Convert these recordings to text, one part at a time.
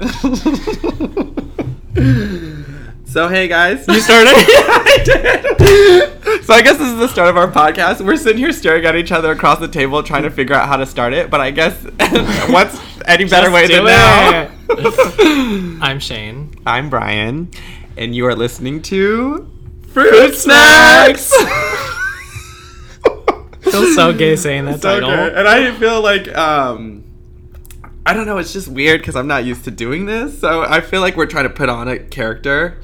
so hey guys, You started? I did. So I guess this is the start of our podcast. We're sitting here staring at each other across the table, trying to figure out how to start it. But I guess what's any better Just way do than now? I'm Shane. I'm Brian, and you are listening to Fruit Snacks. Feels so gay saying that So title. good. And I feel like um I don't know, it's just weird because I'm not used to doing this. So I feel like we're trying to put on a character.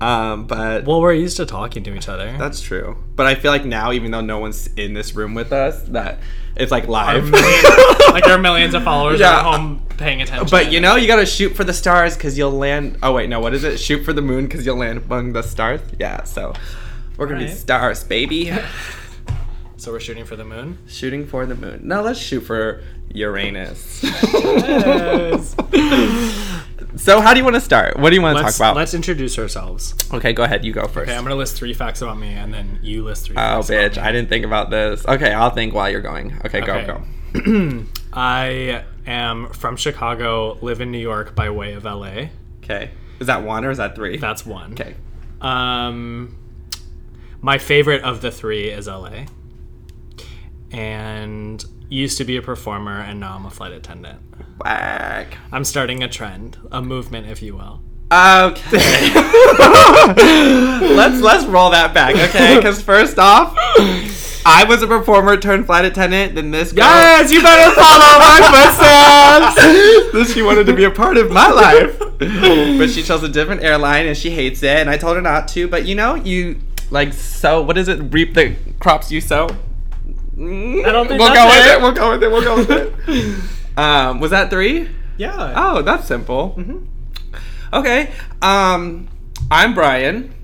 Um, but Well, we're used to talking to each other. that's true. But I feel like now, even though no one's in this room with us, that it's like Our live. million- like our millions of followers Yeah. are at home paying attention. But you know, you gotta shoot for the stars because you'll land. Oh wait, no, what is it? Shoot for the moon because you'll land among the stars. Yeah, so we're gonna be Alright. stars, baby. so we're shooting for the moon. Shooting for the moon. Now let's shoot for Uranus. Yes. so how do you want to start? What do you want to talk Let's, about? let's introduce ourselves. Okay, go ahead. You go first. Okay, I'm gonna list three facts about me, and then you list three. oh, facts about bitch! I didn't think about this. Okay, I'll think while you're going. Okay, Okay. go go. I am from Chicago, live in New York by way of LA. Okay, is that one or is that three? That's one. okay. Um, my favorite of the three is LA. And used to be a performer, and now I'm a flight attendant. Whack. I'm starting a trend, a movement, if you will. Okay. let's let's roll that back, okay? Because first off, I was a performer turned flight attendant. Then this girl, Yes, you better follow my footsteps. this she wanted to be a part of my life, but she chose a different airline and she hates it. And I told her not to, but you know, you like sow. What is it? Reap the crops you sow. I don't think we'll that's go with it. it. We'll go with it. We'll go with it. um, was that three? Yeah. Oh, that's simple. Mm-hmm. Okay. Um, I'm Brian.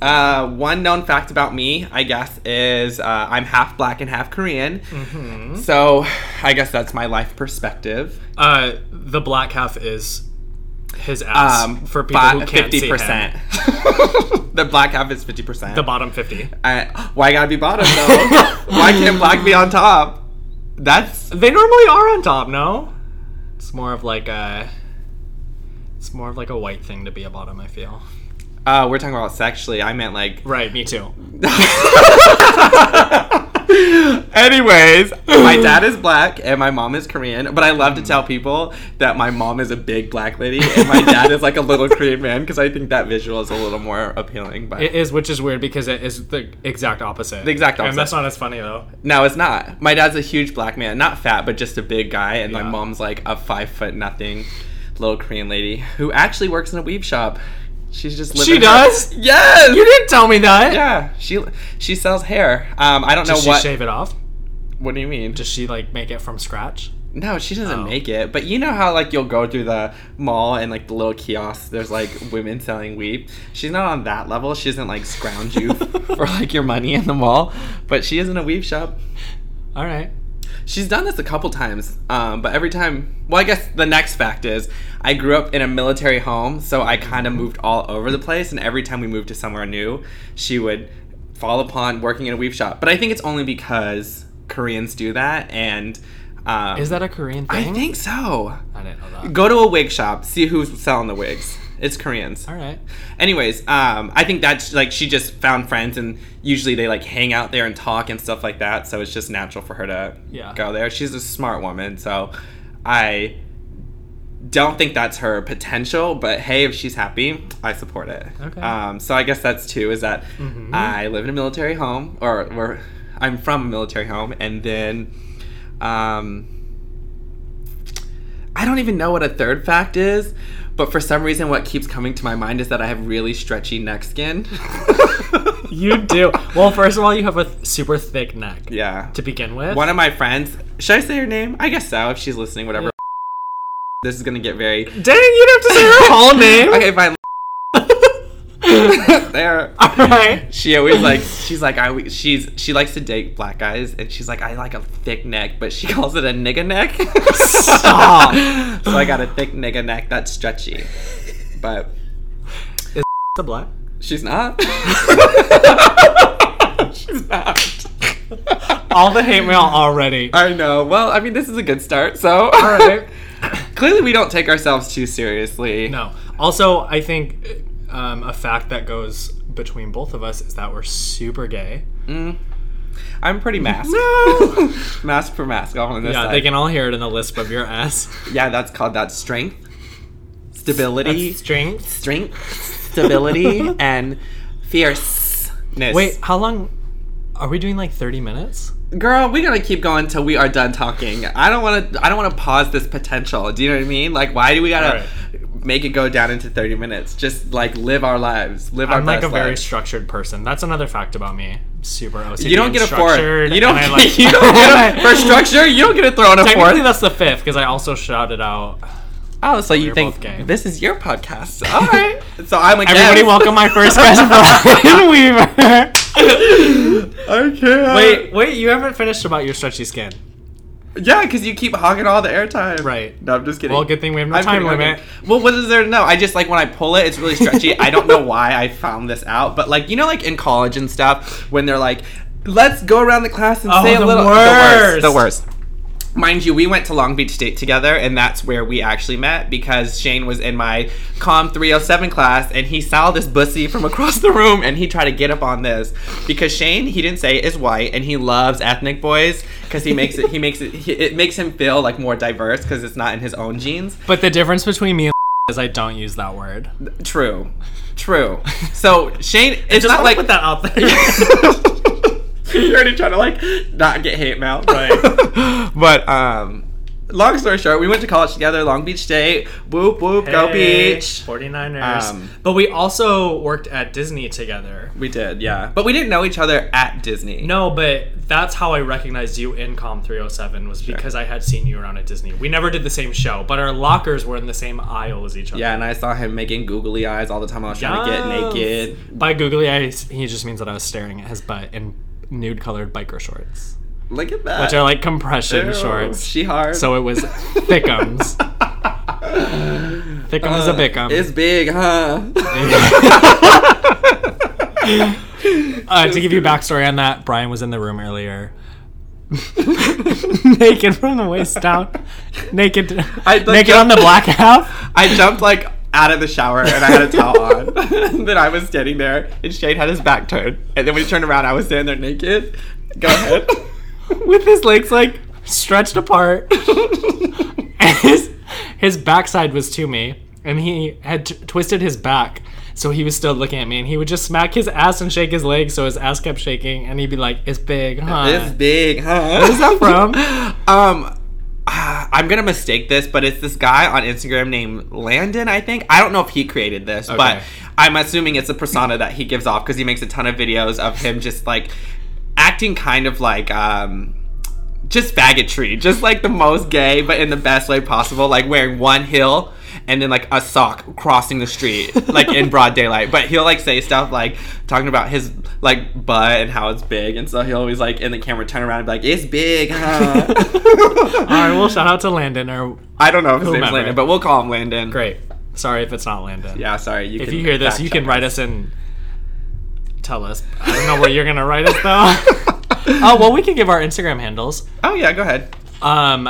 Uh, one known fact about me, I guess, is uh, I'm half black and half Korean. Mm-hmm. So I guess that's my life perspective. Uh, the black half is his ass. Um, for people but who can't 50%. see him. 50%. the black half is 50%. The bottom 50. I- why gotta be bottom though? why can't black be on top? That's They normally are on top, no? It's more of like a. It's more of like a white thing to be a bottom, I feel. uh, we're talking about sexually. I meant like Right, me too. Anyways, my dad is black and my mom is Korean, but I love to tell people that my mom is a big black lady and my dad is like a little Korean man because I think that visual is a little more appealing. But It is, which is weird because it is the exact opposite. The exact And opposite. that's not as funny though. no, it's not. My dad's a huge black man, not fat, but just a big guy, and my Yeah. mom's like a five foot nothing little Korean lady who actually works in a weave shop. She's just living She her- does? Yes. You didn't tell me that. yeah, she she sells hair. Um, I don't Does know she what. shave it off? What do you mean? Does she like make it from scratch? No, she doesn't Oh. make it. But you know how like you'll go through the mall and like the little kiosks, there's like women selling weed. She's not on that level. She doesn't like scrounge you for like your money in the mall. But she is in a weave shop. All right. She's done this a couple times. Um, but every time, well, I guess the next fact is I grew up in a military home, so I Mm-hmm. kind of moved all over the place. And every time we moved to somewhere new, she would fall upon working in a weave shop. But I think it's only because Koreans do that and. Um, Is that a Korean I thing? think so. I didn't know that. Go to a wig shop, see who's selling the wigs. It's Koreans. All right. Anyways, um, I think that's like she just found friends, and usually they like hang out there and talk and stuff like that. So it's just natural for her to Yeah. go there. She's a smart woman, so I don't think that's her potential. But hey, if she's happy, I support it. Okay. Mm-hmm. Um, so I guess that's two. Is that I live in a military home, or where I'm from a military home, and then. Um, I don't even know what a third fact is, but for some reason, what keeps coming to my mind is that I have really stretchy neck skin. You do. Well, first of all, you have a th- super thick neck yeah. to begin with. One of my friends, should I say her name? I guess so, if she's listening, whatever. This is gonna get very. Dang, you don't have to say her whole name. Okay, fine. there. All right. She always like she's like I she's she likes to date black guys and she's like I like a thick neck but she calls it a nigga neck. Stop. so I got a thick nigga neck that's stretchy, but The black. She's not. She's not. All the hate mail already. I know. Well, I mean, this is a good start. So, All right. Clearly, we don't take ourselves too seriously. No. Also, I think um, a fact that goes between both of us is that we're super gay. I'm pretty mask. No. mask for mask. All on this yeah, side. they can all hear it in the lisp of your ass. Yeah, that's called that strength, stability, Strength. strength, stability, and fierceness. Wait, how long? Are we doing like 30 minutes? girl, we're gonna keep going till we are done talking. I don't want to. I don't want to pause this potential. Do you know what I mean? Like, why do we gotta make it go down into thirty minutes? Just like live our lives, live our I'm like best a very lives. structured person. That's another fact about me. Super OCD. you don't and get a fourth. structured, You don't. and I you don't get a, for structure. You don't get a throw on a Technically, fourth. that's the fifth because I also shouted out. Oh, so you We're think both gay. this is your podcast? All right. so I'm like, Everybody, yes. welcome my first guest, Brian Weaver. I can't. Wait, wait, you haven't finished about your stretchy skin. Yeah, because you keep hogging all the airtime. Right. No, I'm just kidding. Well, good thing we have no I'm time pretty limit. hungry. Well, what is there to know? I just like when I pull it, it's really stretchy. I don't know why I found this out, but like you know, like in college and stuff, when they're like, "Let's go around the class and Oh, say a the little." worst. The worst. The worst. Mind you, we went to Long Beach State together, and that's where we actually met because Shane was in my Com 307 class, and he saw this bussy from across the room, and he tried to get up on this because Shane, he didn't say, is white, and he loves ethnic boys because he makes it, he makes it, he, it makes him feel like more diverse because it's not in his own genes. But the difference between me and is I don't use that word. True, true. So Shane, it's Just not like wanna put that out there. You're already trying to like not get hate mail, Right. but um, long story short, we went to college together, Long Beach State. Whoop whoop, go Hey, beach. 49ers. Um, but we also worked at Disney together. We did, yeah, but we didn't know each other at Disney. No, but that's how I recognized you in Com 307 was because I had seen you around at Disney. We never did the same show, but our lockers were in the same aisle as each other. Yeah, and I saw him making googly eyes all the time. I was trying to get Yes. naked. By googly eyes, he just means that I was staring at his butt in nude colored biker shorts, Look at that. which are like compression Ew, shorts. She hard. So it was thickums. Thickums is a um, bickum. Uh, It's big, huh? Uh, to give you backstory on that, Brian was in the room earlier. naked from the waist down, naked, I- like, naked on the black half. I jumped like out of the shower and I had a towel on. And then I was standing there and Shane had his back turned. And then we turned around, I was standing there naked. Go ahead. with his legs like stretched apart. and his his backside was to me, and he had t- twisted his back, so he was still looking at me. And he would just smack his ass and shake his legs, so his ass kept shaking, and he'd be like, "It's big, huh?" It's big, huh? Where's that from? Um ah, I'm gonna mistake this, but it's this guy on Instagram named Landon, I think. I don't know if he created this, but Okay. I'm assuming it's a persona that he gives off because he makes a ton of videos of him just like acting kind of like um just faggotry, just like the most gay, but in the best way possible, like wearing one heel and then like a sock crossing the street, like in broad daylight. But he'll like say stuff like talking about his like butt and how it's big, and so he'll always like in the camera turn around and be like, "It's big." Huh? All right, well, shout out to Landon. Or I don't know if his name's Whomever. Landon, but we'll call him Landon. great. Sorry if it's not Landon. Yeah, sorry. You If can you hear this, fact you can check write us and tell us. I don't know where you're gonna write us though. oh well, we can give our Instagram handles. Oh yeah, go ahead. Um,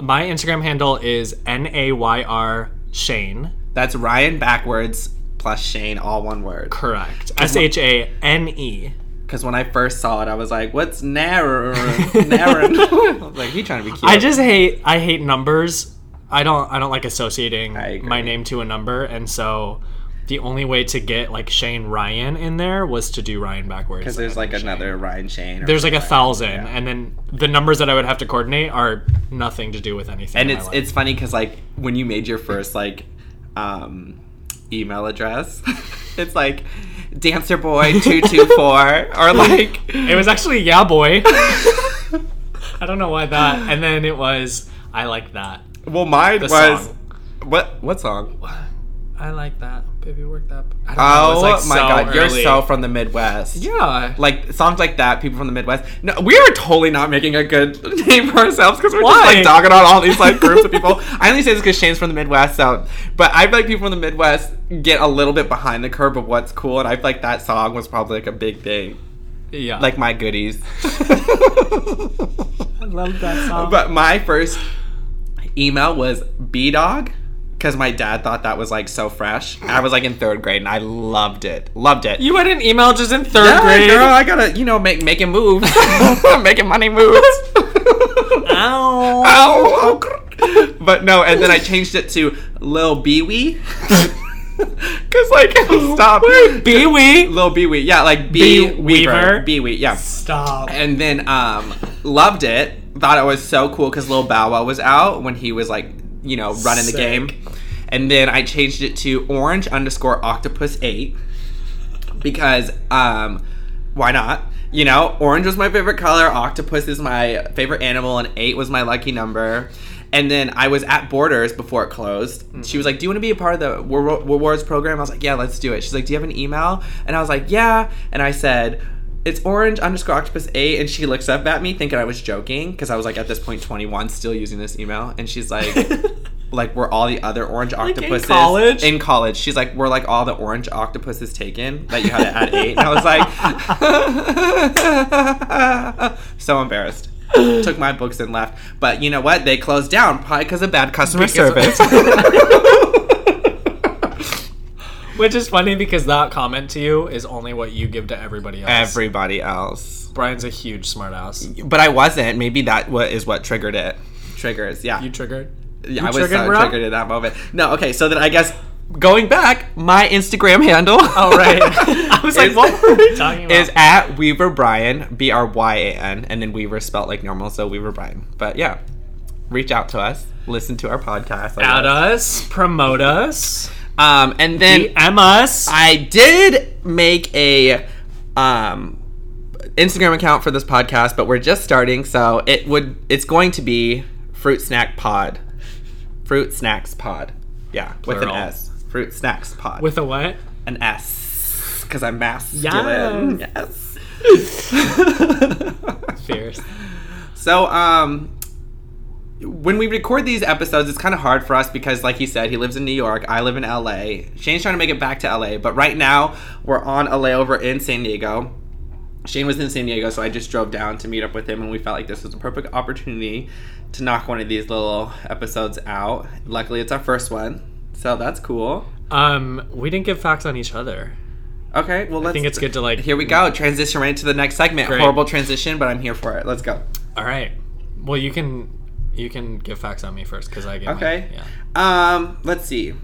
my Instagram handle is n a y r Shane. That's Ryan backwards plus Shane, all one word. Correct. S H A N E. Because when I first saw it, I was like, "What's narrow? Narrow?" I was like, "He trying to be cute." I just hate. I hate numbers. I don't. I don't like associating I agree. my name to a number, and so the only way to get like Shane Ryan in there was to do Ryan backwards. Because there's like another Ryan Shane. Or There's like a thousand, and then the numbers that I would have to coordinate are nothing to do with anything. and in my it's life. it's funny because like when you made your first like um, email address, it's like dancer boy two two four or like It was actually yeah, boy. I don't know why that. And then it was I like that. well mine The was song. what what song? I like that. Baby, work that. I don't Oh know, it was, my like, so god, early. you're so from the Midwest. Yeah. Like songs like that, people from the Midwest. No, we are totally not making a good name for ourselves because we're Why? just like dogging on all these like groups of people. I only say this because Shane's from the Midwest, so but I feel like people from the Midwest get a little bit behind the curve of what's cool, and I feel like that song was probably like a big thing, yeah. like my goodies. I love that song. but my first Email was B Dog because my dad thought that was like so fresh. I was like in third grade and I loved it. Loved it. You had an email just in third yeah, grade. girl, I gotta, you know, make making moves, making money moves. Ow. Ow. ow. But no, and then I changed it to Lil Beewee. Cause like stop, Be we. Lil Beewee, yeah, like Bee Bee Weaver, Weaver. Beewee, yeah. Stop. And then um, loved it. Thought it was so cool because Lil Bow Wow was out when he was like, you know, running Sick. the game. And then I changed it to orange underscore octopus eight because um, why not? You know, orange was my favorite color, octopus is my favorite animal, and eight was my lucky number. And then I was at Borders before it closed. She was like, "Do you want to be a part of the wor- rewards program?" I was like, "Yeah, let's do it." She's like, "Do you have an email?" And I was like, "Yeah." And I said, "It's orange underscore octopus eight. And she looks up at me, thinking I was joking, because I was like at this point twenty one, still using this email. And she's like, like we're all the other orange in octopuses college? in college. She's like, we're like all the orange octopuses taken that you had to add eight. And I was like, so embarrassed. Took my books and left. But you know what? They closed down probably because of bad customer Because- service. Which is funny because that comment to you is only what you give to everybody else. Everybody else. Brian's a huge smartass. But I wasn't. Maybe that wa- is what triggered it. Triggers, yeah. You triggered? Yeah, I was triggered, so bro? triggered at that moment. No, okay, so then I guess going back, my Instagram handle. Oh, right. I was like, is- what were we talking about? Is at Weaver Brian, B R Y A N, and then Weaver spelt like normal, so Weaver Brian. But yeah, reach out to us, listen to our podcast. I Add love- us, promote us, Um, and then DM us. I did make a um, Instagram account for this podcast, but we're just starting, so it would it's going to be Fruit Snack Pod, Fruit Snacks Pod, yeah, with Plural. an S, Fruit Snacks Pod With a what? an S because I'm masculine. Yes. Fierce. so, um, when we record these episodes, it's kind of hard for us because, like he said, he lives in New York. I live in LA. Shane's trying to make it back to LA, but right now we're on a layover in San Diego. Shane was in San Diego, so I just drove down to meet up with him, and we felt like this was a perfect opportunity to knock one of these little episodes out. Luckily, it's our first one, so that's cool. Um, we didn't give facts on each other. Okay, well, let's. I think it's good to like. Here we go. Transition right into the next segment. Great. Horrible transition, but I'm here for it. Let's go. All right. Well, you can, you can give facts on me first because I get. Okay. My, yeah. Um, let's see.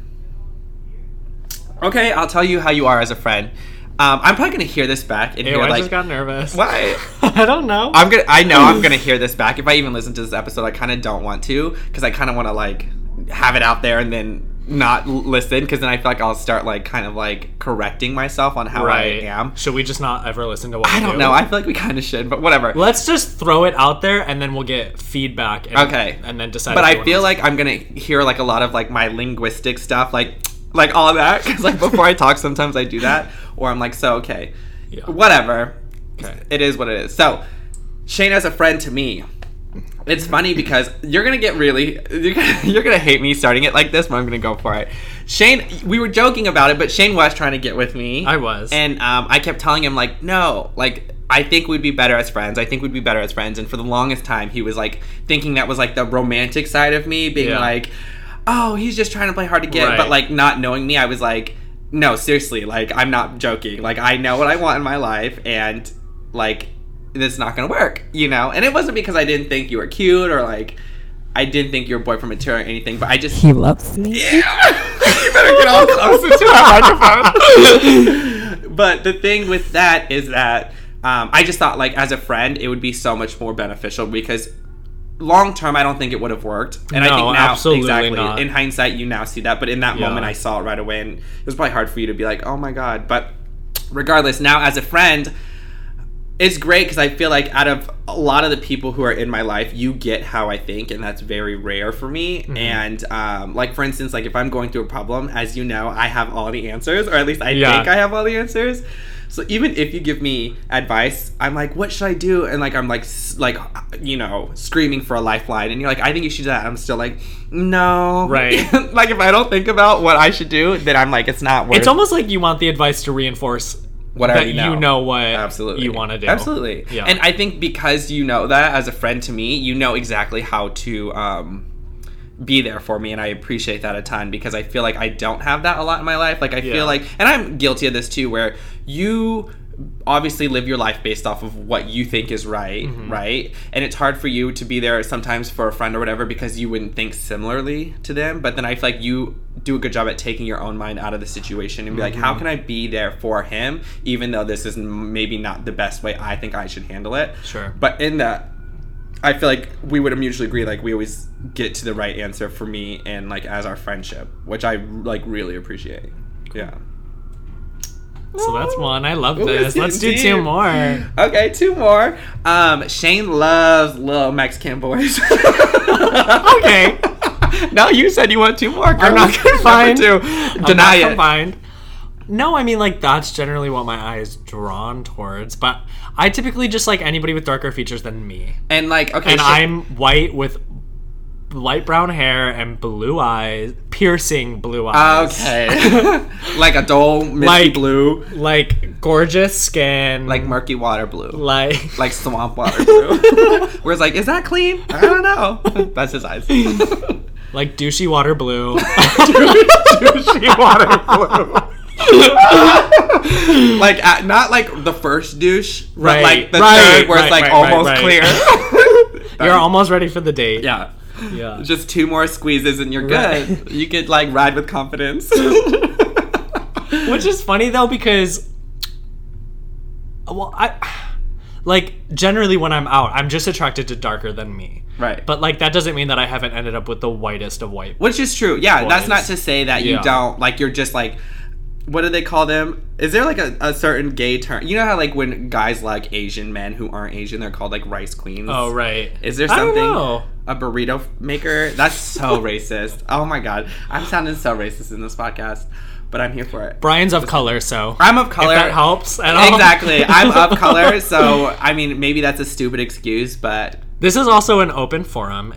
Okay, I'll tell you how you are as a friend. Um, I'm probably gonna hear this back and Ew, hear I like just got nervous. why. I don't know. I'm gonna. I know I'm gonna hear this back. If I even listen to this episode, I kind of don't want to because I kind of want to like have it out there and then not l- listen because then I feel like I'll start like kind of like correcting myself on how right. I am. Should we just not ever listen to what I we don't do? know. I feel like we kind of should, but whatever. Let's just throw it out there and then we'll get feedback. And, Okay. And then decide. but if we I wanna feel listen. like I'm gonna hear like a lot of like my linguistic stuff, like like all that, because like before I talk, sometimes I do that, or I'm like, so okay, Yeah. whatever, Okay. it is what it is. So Shane as a friend to me. It's funny because you're gonna get really you're gonna, you're gonna hate me starting it like this, but I'm gonna go for it. Shane, we were joking about it, but Shane was trying to get with me. I was. And um, I kept telling him, like, no, like, I think we'd be better as friends. I think we'd be better as friends. And for the longest time, he was like thinking that was like the romantic side of me, being Yeah. like, oh, he's just trying to play hard to get. Right. But like, not knowing me, I was like, no, seriously, like, I'm not joking. Like, I know what I want in my life. And like, it's not going to work, you know? And it wasn't because I didn't think you were cute or like, I didn't think you were boyfriend material or anything, but I just He loves me. you better get all closer to that microphone. but the thing with that is that um, I just thought, like, as a friend, it would be so much more beneficial because long term, I don't think it would have worked. And I No, think now, absolutely exactly, not. in hindsight, you now see that. But in that Yeah. moment, I saw it right away, and it was probably hard for you to be like, "Oh my god!" But regardless, now as a friend, it's great because I feel like out of a lot of the people who are in my life, you get how I think, and that's very rare for me. Mm-hmm. And um, like for instance, like if I'm going through a problem, as you know, I have all the answers, or at least I Yeah. think I have all the answers. So even if you give me advice, I'm like, what should I do? And like I'm like s- like you know screaming for a lifeline, and you're like, I think you should do that. I'm still like, no, Right. like if I don't think about what I should do, then I'm like, it's not worth. it's almost like you want the advice to reinforce What I that already you know. know what absolutely you want to do. absolutely Yeah. and i think because you know that as a friend to me you know exactly how to um be there for me and I appreciate that a ton because I feel like I don't have that a lot in my life. Like I Yeah. feel like and I'm guilty of this too where you obviously live your life based off of what you think is right, right? And it's hard for you to be there sometimes for a friend or whatever because you wouldn't think similarly to them, but then I feel like you do a good job at taking your own mind out of the situation and be like how can I be there for him even though this is m- maybe not the best way I think I should handle it. Sure. But in that I feel like we would mutually agree. Like we always get to the right answer for me and like as our friendship, which I like really appreciate. Yeah. So that's one. I love Ooh, this. it's Let's do getting two deep. more. Okay, two more. Um, Shane loves little Mexican boys. Okay. now you said you want two more. Girl. I'm not confined. Number I'm two. not Deny it. Confined. No, I mean like that's generally what my eye is drawn towards, but I typically just like anybody with darker features than me. And like, okay, And Shane- I'm white with light brown hair and blue eyes, piercing blue eyes. okay, like a dull misty Like- blue, Like gorgeous skin. like murky water blue, like like swamp water blue. Where it's like, is that clean? I don't know. That's his eyes. like douchey water blue. douchey water blue. like uh, not like the first douche, Right, but like the right, third where right, it's like right, right, almost right. clear. You're almost ready for the date. yeah. Yeah. Just two more squeezes and you're Right. good. You could like ride with confidence. Which is funny though because well I like generally when I'm out, I'm just attracted to darker than me. right. But like that doesn't mean that I haven't ended up with the whitest of white. which is true. Yeah, that's not Boys. to say that Yeah. you don't like you're just like what do they call them? Is there like a, a certain gay term? You know how like when guys like Asian men who aren't Asian, they're called like rice queens. Oh right. Is there I don't something know. a burrito maker? That's so racist. Oh my god, I'm sounding so racist in this podcast, but I'm here for it. Brian's of color, so I'm of color. if that helps at all. Exactly. I'm of color, so I mean maybe that's a stupid excuse, but this is also an open forum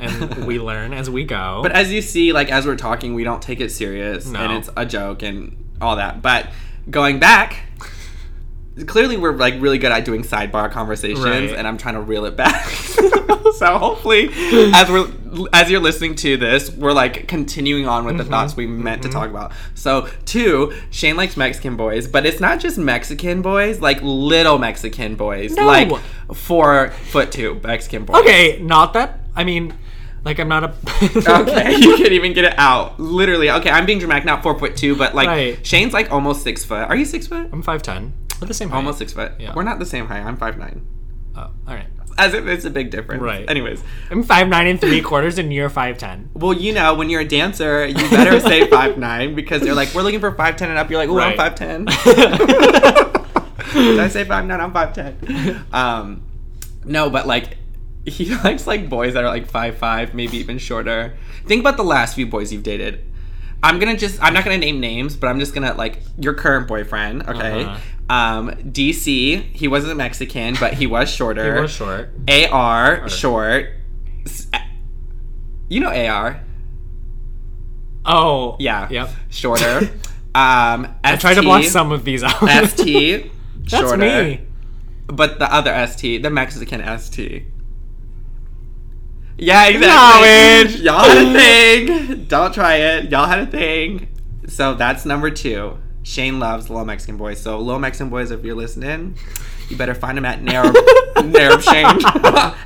and we learn as we go. but as you see, like as we're talking, we don't take it serious No. and it's a joke and all that. But going back, clearly we're like really good at doing sidebar conversations Right. and I'm trying to reel it back. so hopefully as we're as you're listening to this, we're like continuing on with Mm-hmm. the thoughts we meant to talk about. So two, Shane likes Mexican boys, but it's not just Mexican boys, like little Mexican boys. No. Like four foot two Mexican boys. okay, not that I mean like I'm not a Okay, you can't even get it out. Literally. Okay, I'm being dramatic, not four foot two, but like Right. Shane's like almost six foot. Are you six foot? I'm five ten. We're the same height. Almost six foot. Yeah. We're not the same height. I'm five nine. Oh, all right. As if it's a big difference. Right. Anyways, I'm five nine and three quarters, and you're five ten. well, you know, when you're a dancer, you better say five nine because they're like, we're looking for five ten and up. You're like, oh, Right. I'm five ten. Did I say five nine? I'm five ten. Um, no, but like. He likes like boys that are like five five, maybe even shorter. Think about the last few boys you've dated. I'm gonna just I'm not gonna name names, but I'm just gonna like your current boyfriend, okay? Uh-huh. Um, DC, he wasn't Mexican, but he was shorter. We're short. AR short. S- a- You know AR, Oh. Yeah. Yep. shorter. um, ST, I tried to block some of these out. ST, That's shorter. me. But the other ST, the Mexican ST. Yeah, Knowledge. exactly. Y'all had a thing. Don't try it. Y'all had a thing. So that's number two. Shane loves little Mexican boys. So little Mexican boys, if you're listening, you better find him at Nerve Nerve Shane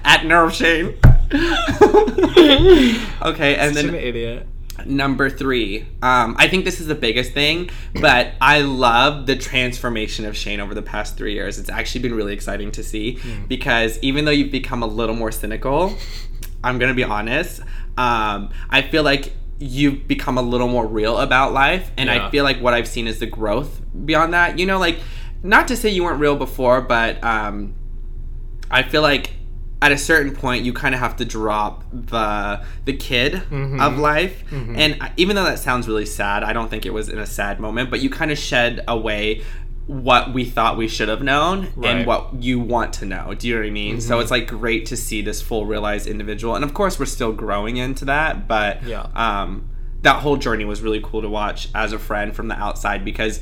at Nerve Shane. okay, and Such an then idiot. Number three, um, I think this is the biggest thing, but I love the transformation of Shane over the past three years. It's actually been really exciting to see because even though you've become a little more cynical, I'm gonna be honest, um, I feel like you've become a little more real about life, and Yeah. I feel like what I've seen is the growth beyond that. You know, like not to say you weren't real before, but um, I feel like at a certain point you kind of have to drop the the kid Mm-hmm. of life and I- even though that sounds really sad i don't think it was in a sad moment but you kind of shed away what we thought we should have known Right. Mm-hmm. and what you want to know do you know what i mean so it's like great to see this full realized individual and of course we're still growing into that but Yeah. um that whole journey was really cool to watch as a friend from the outside because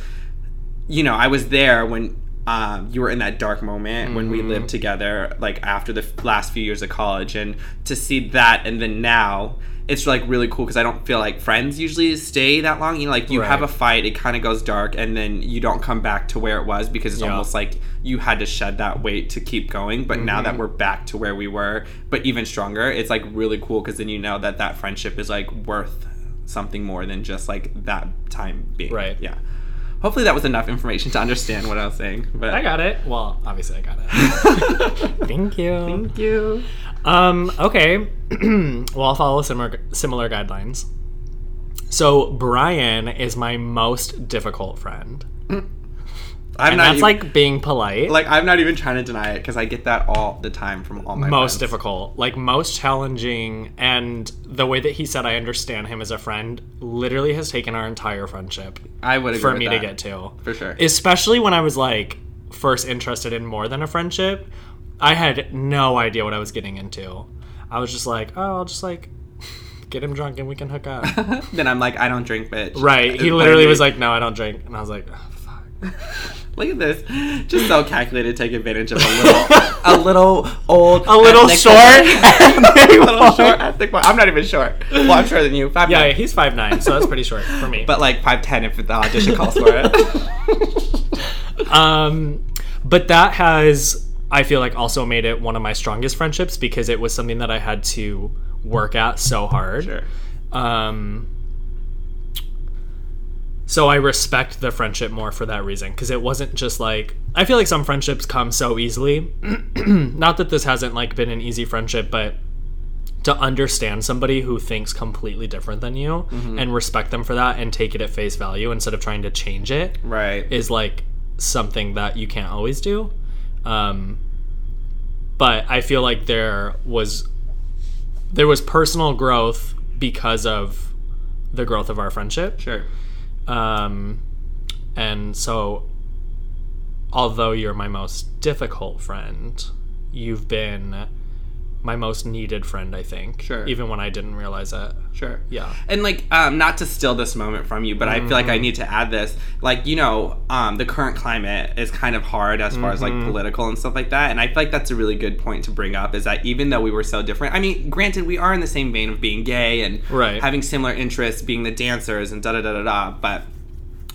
you know, I was there when um, you were in that dark moment when Mm-hmm. we lived together, like after the f- last few years of college, and to see that, and then now, it's like really cool because I don't feel like friends usually stay that long. You know, like you have a Right. fight, it kind of goes dark, and then you don't come back to where it was because it's Yeah. almost like you had to shed that weight to keep going. But now Mm-hmm. that we're back to where we were, but even stronger, it's like really cool because then you know that that friendship is like worth something more than just like that time being. Right. Yeah. Hopefully that was enough information to understand what I was saying. But I got it. Well, obviously I got it. Thank you. you. Um, okay. well, I'll follow similar similar guidelines. So Brian is my most difficult friend. I'm And not that's even, like like being polite. like I'm not even trying to deny it because I get that all the time from all my most friends. difficult, like most challenging, and the way that he said I understand him as a friend literally has taken our entire friendship I would agree for with me to that. get to. for sure. Especially when I was like first interested in more than a friendship, I had no idea what I was getting into. I was just like, oh, I'll just like get him drunk and we can hook up. then I'm like I don't drink, bitch. right. He But literally I was do. like, no, I don't drink. And I was like, oh, fuck. look at this, just so calculated to take advantage of a little, a little old, A little ethnic- short. a little short. ethnic boy. I'm not even short. Well, I'm shorter than you. Five Yeah, nine. he's five nine, so that's pretty short for me. but like five ten if the audition calls for it. Um, but that has, I feel like, also made it one of my strongest friendships because it was something that I had to work at so hard. sure. Um, so I respect the friendship more for that reason because it wasn't just like I feel like some friendships come so easily. Not that this hasn't like been an easy friendship, but to understand somebody who thinks completely different than you and respect them for that and take it at face value instead of trying to change it Right. is like something that you can't always do. Um, but I feel like there was there was personal growth because of the growth of our friendship. sure. Um, and so although you're my most difficult friend, you've been my most needed friend, I think. Sure. Even when I didn't realize it. Sure. Yeah. And like, um, not to steal this moment from you, but I feel like I need to add this. Like, you know, um, the current climate is kind of hard as far as like political and stuff like that. And I feel like that's a really good point to bring up is that even though we were so different, I mean, granted, we are in the same vein of being gay and Right. having similar interests, being the dancers and da da da da da, but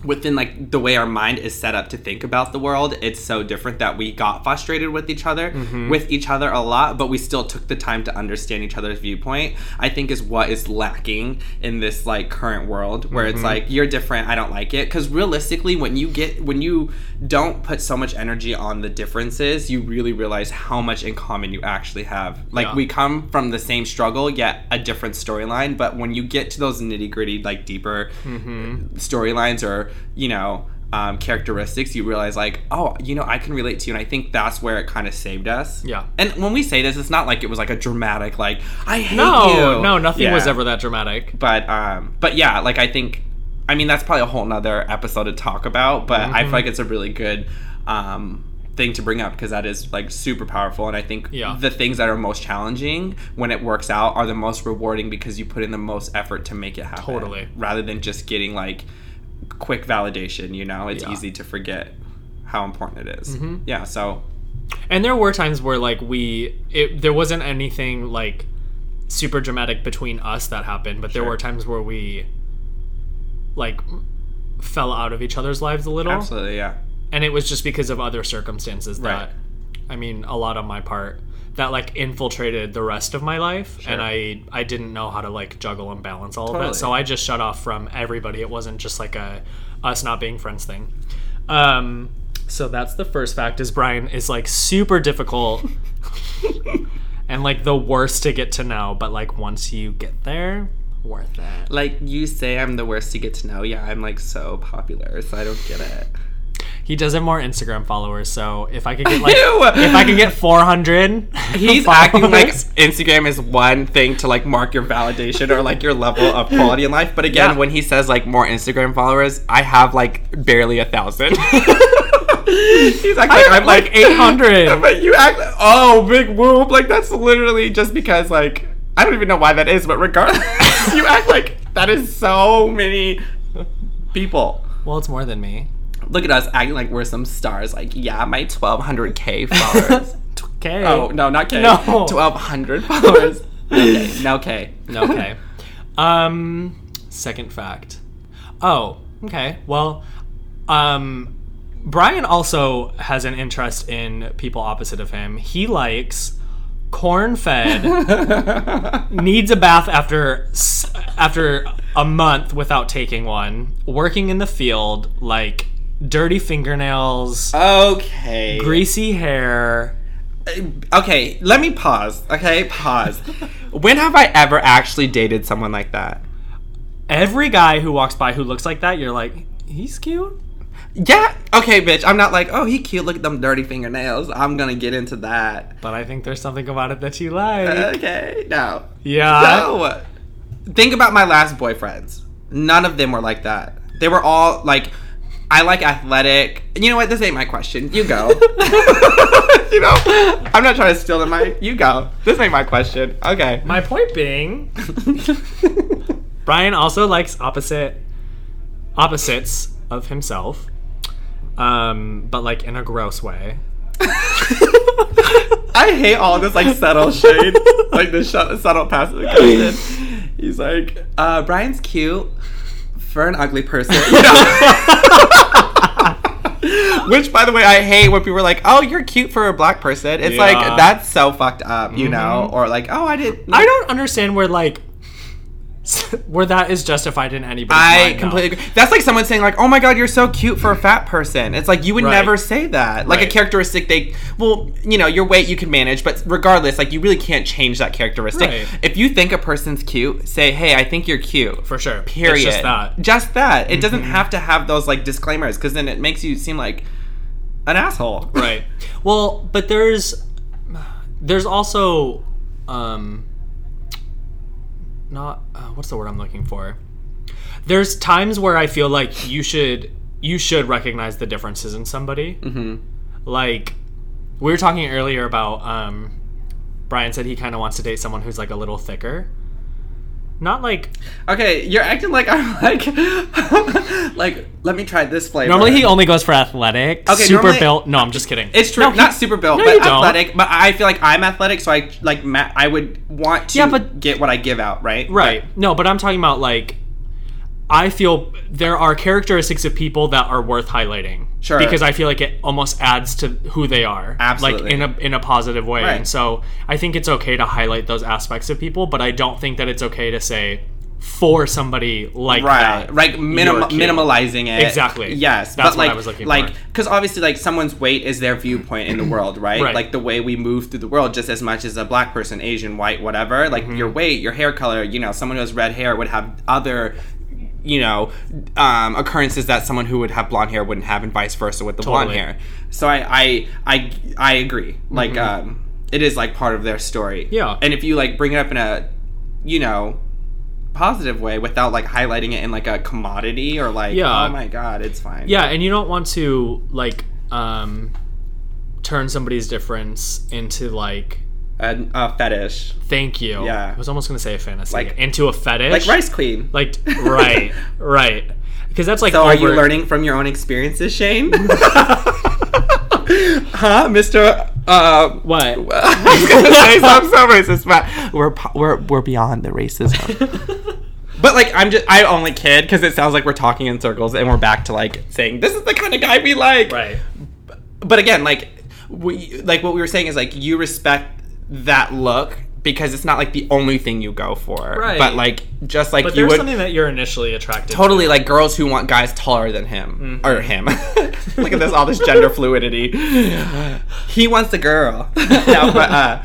within like the way our mind is set up to think about the world it's so different that we got frustrated with each other with each other a lot but we still took the time to understand each other's viewpoint i think is what is lacking in this like current world where it's like you're different i don't like it because realistically when you get when you don't put so much energy on the differences you really realize how much in common you actually have like Yeah. we come from the same struggle yet a different storyline but when you get to those nitty gritty like deeper storylines or you know um, characteristics you realize like oh you know i can relate to you and i think that's where it kind of saved us Yeah. and when we say this it's not like it was like a dramatic like i hate No, you no, nothing was Yeah. ever that dramatic. but um but yeah like i think i mean that's probably a whole nother episode to talk about but i feel Mm-hmm. like it's a really good um thing to bring up because that is like super powerful and i think Yeah. the things that are most challenging when it works out are the most rewarding because you put in the most effort to make it happen Totally. rather than just getting like quick validation you know it's Yeah. Mm-hmm. easy to forget how important it is. yeah so And there were times where like we it, there wasn't anything like super dramatic between us that happened, but there Sure. were times where we like fell out of each other's lives a little. absolutely yeah And it was just because of other circumstances Right. that I mean, a lot on my part that like infiltrated the rest of my life and I I didn't know how to like juggle and balance all of Totally. it. So I just shut off from everybody. It wasn't just like a us not being friends thing. Um so that's the first fact is Brian is like super difficult and like the worst to get to know, but like once you get there, worth it. like you say i'm the worst to get to know yeah i'm like so popular so i don't get it He does have more Instagram followers, so if I could get like Ew! if I could get 400 He's acting like followers- Instagram is one thing to like mark your validation or like your level of quality in life. But again, Yeah. when he says like more Instagram followers, I have like barely a thousand. He's acting like have, I'm like like, 800. But you act oh big whoop like that's literally just because like I don't even know why that is, but regardless, you act like that is so many people. Well, it's more than me. Look at us acting like we're some stars. Like, yeah, my 1,200K followers. Okay. oh, no, not K. No. 1,200 followers. Okay, no K. okay. Um, second fact. Oh, okay. Well, um, Brian also has an interest in people opposite of him. He likes corn-fed, needs a bath after s- after a month without taking one, working in the field like dirty Oh, fingernails, okay. greasy hair. Okay, let me pause. Okay, pause. when have I ever actually dated someone like that? Every guy who walks by who looks like that, you're like, he's cute. Yeah. Okay, bitch. I'm not like, oh, he cute. Look at them dirty fingernails. I'm gonna get into that. But I think there's something about it that you like. Okay. No. yeah. Uh, No. Think about my last boyfriends. None of them were like that. They were all like, I like athletic. You know what? This ain't my question. You go. you know, I'm not trying to steal the mic. You go. This ain't my question. Okay. My point being, Brian also likes opposite opposites of himself, um, but like in a gross way. I hate all this like subtle shade, like this shu- subtle passive aggression. He's like, uh, Brian's cute for an ugly person. You know? Which, by the way, I hate when people are like, "Oh, you're cute for a black person." It's Yeah. Mm-hmm. like that's so fucked up, you know? Or like, "Oh, I didn't." I don't understand where like where that is justified in anybody's mind. I though. completely agree. That's like someone saying like, "Oh my god, you're so cute for a fat person." It's like you would Right. never say that. Like Right. a characteristic they well, you know, your weight you can manage, but regardless, like you really can't change that characteristic. Right. If you think a person's cute, say, "Hey, I think you're cute." for sure. Period. It's just that. Mm-hmm. Just that. It doesn't have to have those like disclaimers because then it makes you seem like an asshole. right well but there's there's also um not uh, what's the word i'm looking for there's times where i feel like you should you should recognize the differences in somebody mm-hmm. like we were talking earlier about um brian said he kind of wants to date someone who's like a little thicker not like Okay, you're acting like I'm like like let me try this flavor. normally he only goes for athletic Okay, super normally- built no i'm just kidding It's true, No, he- not super built, No, but you don't. athletic. But I feel like I'm athletic, so I like ma- I would want to Yeah, but- get what I give out, right? Right. No, but I'm talking about like I feel there are characteristics of people that are worth highlighting. Sure. Because I feel like it almost adds to who they are. Absolutely. Like in a in a positive way. Right. And so I think it's okay to highlight those aspects of people, but I don't think that it's okay to say for somebody like Right, that. like minim- you're cute. minimalizing it. Exactly. Yes, That's but what like, I was looking like, for. because obviously, like someone's weight is their viewpoint in the world, right? Right. Like the way we move through the world, just as much as a black person, Asian, white, whatever. Like Mm-hmm. your weight, your hair color. You know, someone who has red hair would have other. You know, um, occurrences that someone who would have blonde hair wouldn't have, and vice versa with the blonde Totally. hair. So I, I, I, I agree. Like, um, it is like part of their story. Mm-hmm. Yeah. And if you like bring it up in a, you know, positive way without like highlighting it in like a commodity or like Yeah. oh my god it's fine Yeah, and you don't want to like um turn somebody's difference into like a, a fetish thank you. Yeah. I was almost gonna say a fantasy. Like- into a fetish. like rice queen Like right, right. Because that's like so are you over- learning from your own experiences shane huh mr uh what? I was gonna say something so racist, but we're po- we're we're beyond the racism. but like, I'm just I only kid because it sounds like we're talking in circles, and we're back to like saying this is the kind of guy we like. Right. but again, like we like what we were saying is like you respect that look because it's not like the only thing you go for. Right. But like just like But you there's would something that you're initially attracted totally like girls who want guys taller than him Mm-hmm. or him. look at this all this gender fluidity. He wants a girl. no, but uh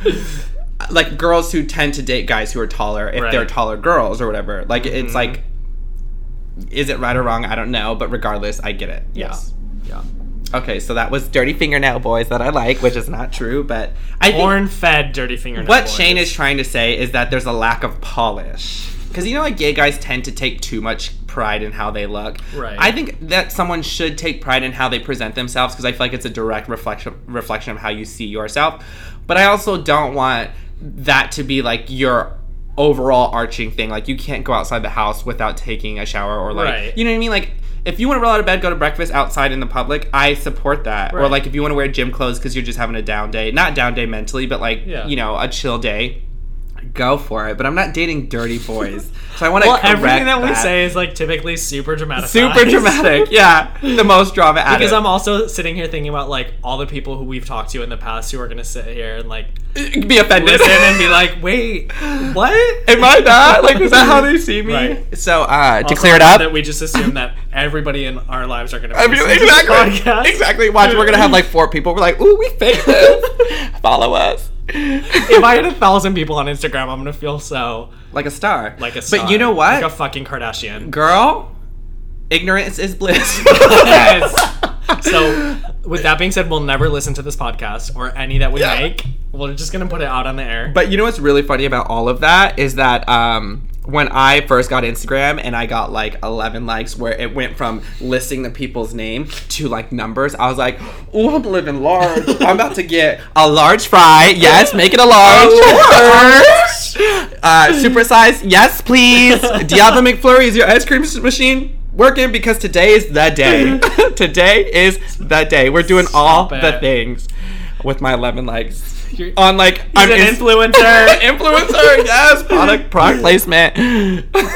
like girls who tend to date guys who are taller if Right. Mm-hmm. they're taller girls or whatever. Like it's like is it right or wrong? I don't know, but regardless, I get it. Yeah. Yeah. Okay, so that was dirty fingernail boys that I like, which is not true, but I think Born fed dirty fingernail. what boys. Shane is trying to say is that there's a lack of polish. Because you know, like gay guys tend to take too much pride in how they look. Right. I think that someone should take pride in how they present themselves because I feel like it's a direct reflection reflection of how you see yourself. But I also don't want that to be like your overall arching thing. Like you can't go outside the house without taking a shower or like Right. you know what I mean. Like if you want to roll out of bed, go to breakfast outside in the public, I support that. Or Right. like if you want to wear gym clothes because you're just having a down day, not down day mentally, but like Yeah. you know a chill day, go for it. But I'm not dating dirty boys, so I want to Well, correct everything that, we that. say is like typically super dramatic. Super dramatic, yeah. The most drama added. Because I'm also sitting here thinking about like all the people who we've talked to in the past who are gonna sit here and like be offended listen and be like, wait, what? Am I that? Like, is that how they see me? Right. So, uh, to Also, clear it I love up, That we just assume that everybody in our lives are gonna. Be I mean, listening to this podcast. exactly, exactly. Watch, we're gonna have like four people. We're like, ooh, we faked this. Follow us. if I had a thousand people on Instagram, I'm gonna feel so like a star, like a. But you star, know what, Like a fucking Kardashian. girl, ignorance is bliss. Yes. So, with that being said, we'll never listen to this podcast or any that we Yeah. make. We're just gonna put it out on the air. But you know what's really funny about all of that is that um, when I first got Instagram and I got like 11 likes, where it went from listing the people's name to like numbers, I was like, "Oh, I'm living large. I'm about to get a large fry. Yes, make it a large. uh, super size. Yes, please. Diablo McFlurry is your ice cream machine." Working because today is the day. today is the day. We're doing all Stop the it. things with my 11 likes You're- on like I'm an ins- influencer. influencer, yes, product product placement.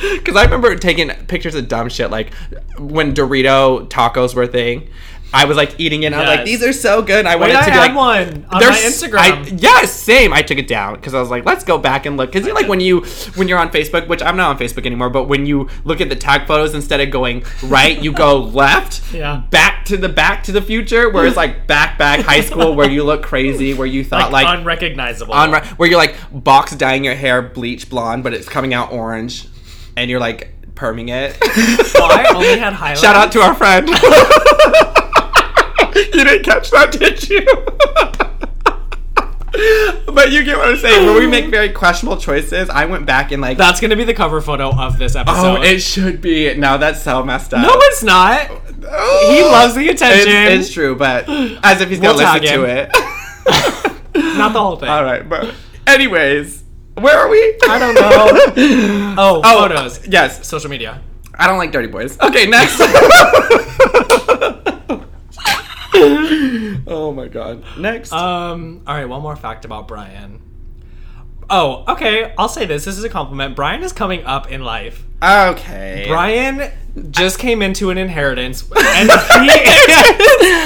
Because I remember taking pictures of dumb shit, like when Dorito tacos were a thing. I was like eating it. and I was like, Yes. these are so good. and I Wait, wanted I to be had like one on my there's Instagram. I, yes, same. I took it down because I was like, let's go back and look. Because you know, like when you when you're on Facebook, which I'm not on Facebook anymore, but when you look at the tag photos instead of going right, you go left. Yeah. Back to the Back to the Future, where it's like back back high school, where you look crazy, where you thought like, unrecognizable. on right, where you're like box dyeing your hair bleach blonde, but it's coming out orange, and you're like perming it. Well, I only had highlights. Shout out to our friend. you didn't catch that, did you? but you get what I'm saying. When we make very questionable choices, I went back and like, That's gonna be the cover photo of this oh, episode. it should be. Now that's so messed up. Oh. no, it's not. He loves the attention. It's, it's true, but as if he's gonna We'll listen to tag it. Not the whole thing. All right, but anyways, where are we? I don't know. Oh, Oh, photos. Yes, Social media. I don't like dirty boys. Okay, next. oh my god. Next. Um. All right. One more fact about Brian. Oh, okay. I'll say this. This is a compliment. Brian is coming up in life. Uh, okay. Brian just came into an inheritance, and he.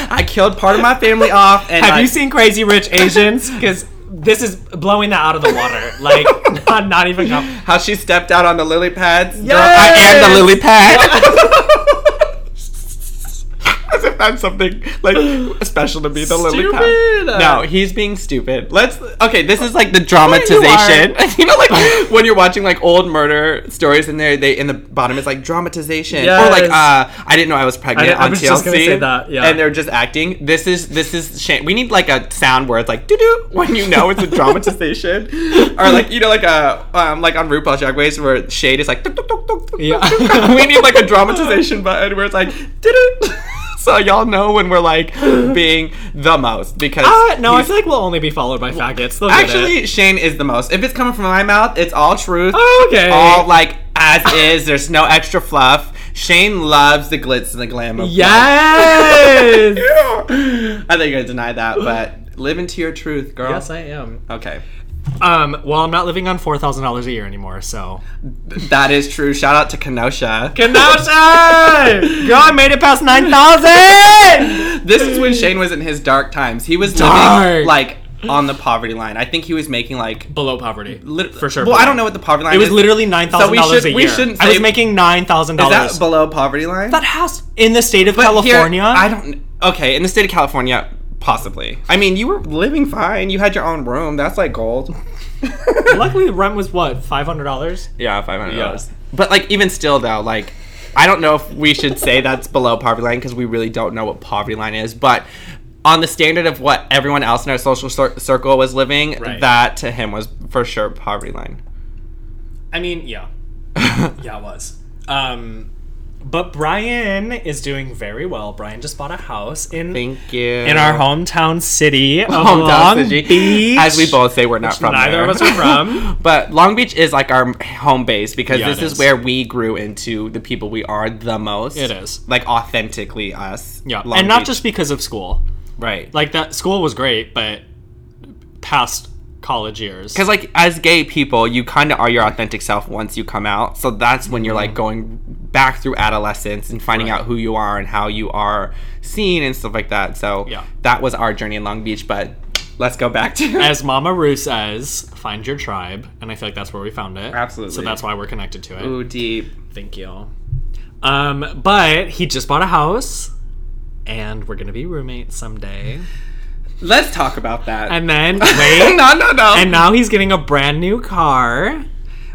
I killed part of my family off, and Have like, you seen Crazy Rich Asians? Because this is blowing that out of the water. Like, not, not even. Com- how she stepped out on the lily pads? Girl, Yes! I am the lily pad. As if that's something like special to be the lily pad. Stupid. No, he's being stupid. Let's okay. This is like the you are. dramatization. you know, like when you're watching like old murder stories, and there they in the bottom is like dramatization, or like Yes. uh, I didn't know I was pregnant I- I on was TLC. just gonna say that, yeah. And they're just acting. This is this is shame. We need like a sound where it's like doo doo when you know it's a dramatization, or like you know like a um, like on RuPaul's Drag Race where shade is like tuk, tuk, tuk, tuk, tuk, Yeah. tuk, tuk. we need like a dramatization button where it's like doo doo. So y'all know when we're like being the most because uh, no, I he's- feel like we'll only be followed by faggots. They'll get it. Actually, Shane is the most. If it's coming from my mouth, it's all truth. okay. All like as is. There's no extra fluff. Shane loves the glitz and the glamour. yes. I thought you were gonna deny that, but live into your truth, girl. yes, I am. okay. Um, well, I'm not living on four thousand dollars a year anymore, so. That is true. Shout out to Kenosha. Kenosha! Yo, I made it past 9,000! this is when Shane was in his dark times. He was living Dark. like on the poverty line. I think he was making like Below poverty. lit- For sure. Well, I don't know what the poverty line It is. was literally $9,000 should- a year. we shouldn't I was say- making is that $9,000. below poverty line? That house in the state of But here- California? I don't. Okay, in the state of California, possibly. I mean, you were living fine. You had your own room. That's like gold. Luckily, rent was what? $500? yeah, five hundred Yeah. But like, even still, though, like, I don't know if we should say that's below poverty line because we really don't know what poverty line is, but. On the standard of what everyone else in our social cir- circle was living, Right. that to him was for sure poverty line. I mean, yeah. Yeah, it was. Um, But Brian is doing very well. Brian just bought a house in Thank you. in our hometown city of Hometown Long city. Beach. As we both say, we're not from neither there. of us are from. but Long Beach is like our home base because Yeah, this it is is. where we grew into the people we are the most. It is. Like authentically us. Yeah, Long and not Beach. just because of school. right. Like that school was great, but past college years. Because like as gay people, you kind of are your authentic self once you come out. So that's when you're like Mm-hmm. going back through adolescence and finding out who you are and how you are seen and stuff like that. So Yeah. that was our journey in Long Beach. But let's go back to as Mama Rue says, find your tribe, and I feel like that's where we found it. Absolutely. So that's why we're connected to it. Ooh, deep. Thank you. Um, but he just bought a house, and we're gonna be roommates someday. Let's talk about that. And then wait, no, no, no. and now he's getting a brand new car,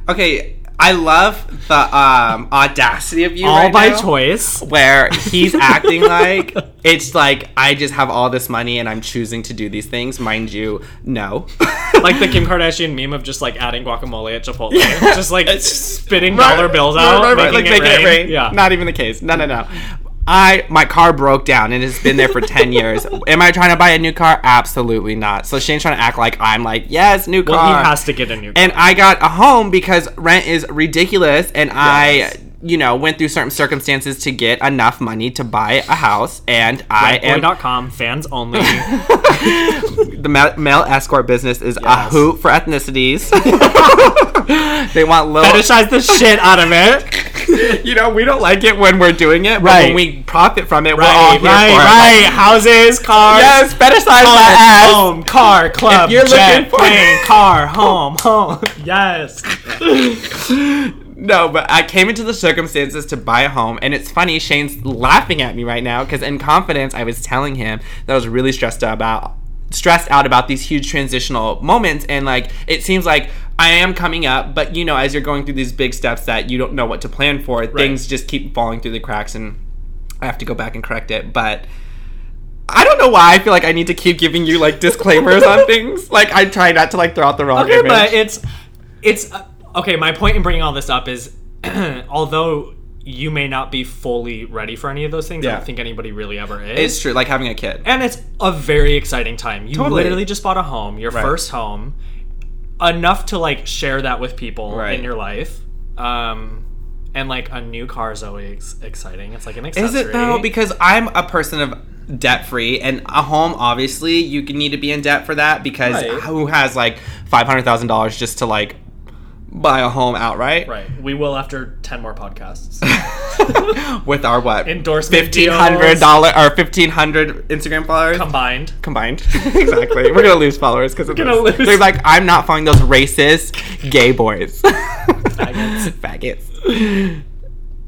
okay, I love the um, audacity of you all right by now, choice. Where he's acting like it's like I just have all this money and I'm choosing to do these things, mind you. No, Like the Kim Kardashian meme of just like adding guacamole at Chipotle, just like spitting dollar bills Right, out, right, right, making, like, it make rain. Yeah, Not even the case. No, no, no. I my car broke down and it's been there for ten years. Am I trying to buy a new car? Absolutely not. So Shane's trying to act like I'm like yes, new car. well, he has to get a new. car. uh, and I got a home because rent is ridiculous, and Yes. I, you know, went through certain circumstances to get enough money to buy a house, and I am Boy.com fans only. the ma- male escort business is a Yes. hoot for ethnicities. they want little. Fetishize the shit out of it. you know, we don't like it when we're doing it, but Right. when we profit from it, we're all Right, here right, for right. Oh, it. Houses, cars. Yes, fetishize Flat, that ass. home, car, club, you're jet, looking for- plane, car, home, home. Yes. No, but I came into the circumstances to buy a home, and it's funny. Shane's laughing at me right now because, in confidence, I was telling him that I was really stressed out about stressed out about these huge transitional moments, and like it seems like I am coming up, but you know, as you're going through these big steps that you don't know what to plan for, things just keep falling through the cracks, and I have to go back and correct it, but. I don't know why I feel like I need to keep giving you like disclaimers on things. Like I try not to like throw out the wrong Okay, image. but it's it's uh, okay. My point in bringing all this up is, although you may not be fully ready for any of those things, I Yeah. don't think anybody really ever is. it's true, like having a kid. and it's a very exciting time. You Totally. literally just bought a home, your first home, enough to like share that with people Right. in your life. Um, and like a new car is always exciting. It's like an accessory. Is it though? Because I'm a person of debt free, and a home obviously you can need to be in debt for that because Right. who has like five hundred thousand dollars just to like buy a home outright? right, we will after ten more podcasts. With our what Endorsement fifteen hundred dollar or fifteen hundred Instagram followers combined. combined. exactly, we're gonna lose followers because Gonna lose. they're like, I'm not following those racist gay boys. Faggots. Faggots.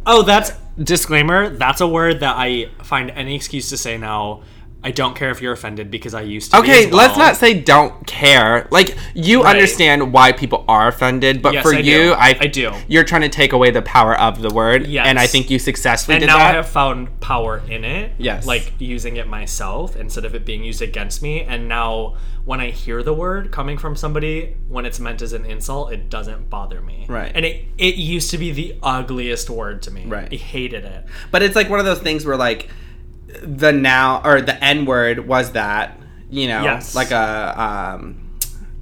Oh, that's disclaimer. That's a word that I find any excuse to say now. I don't care if you're offended because I used to. be Okay, as well. let's not say don't care. Like you Right. understand why people are offended, but Yes, for I do. you, I I do. You're trying to take away the power of the word, Yes. and I think you successfully and did now that. I have found power in it. Yes. Like using it myself instead of it being used against me. And now when I hear the word coming from somebody, when it's meant as an insult, it doesn't bother me. Right. And it, it used to be the ugliest word to me. Right. I hated it. but it's like one of those things where like the now or the N word was that you know Yes. like a um,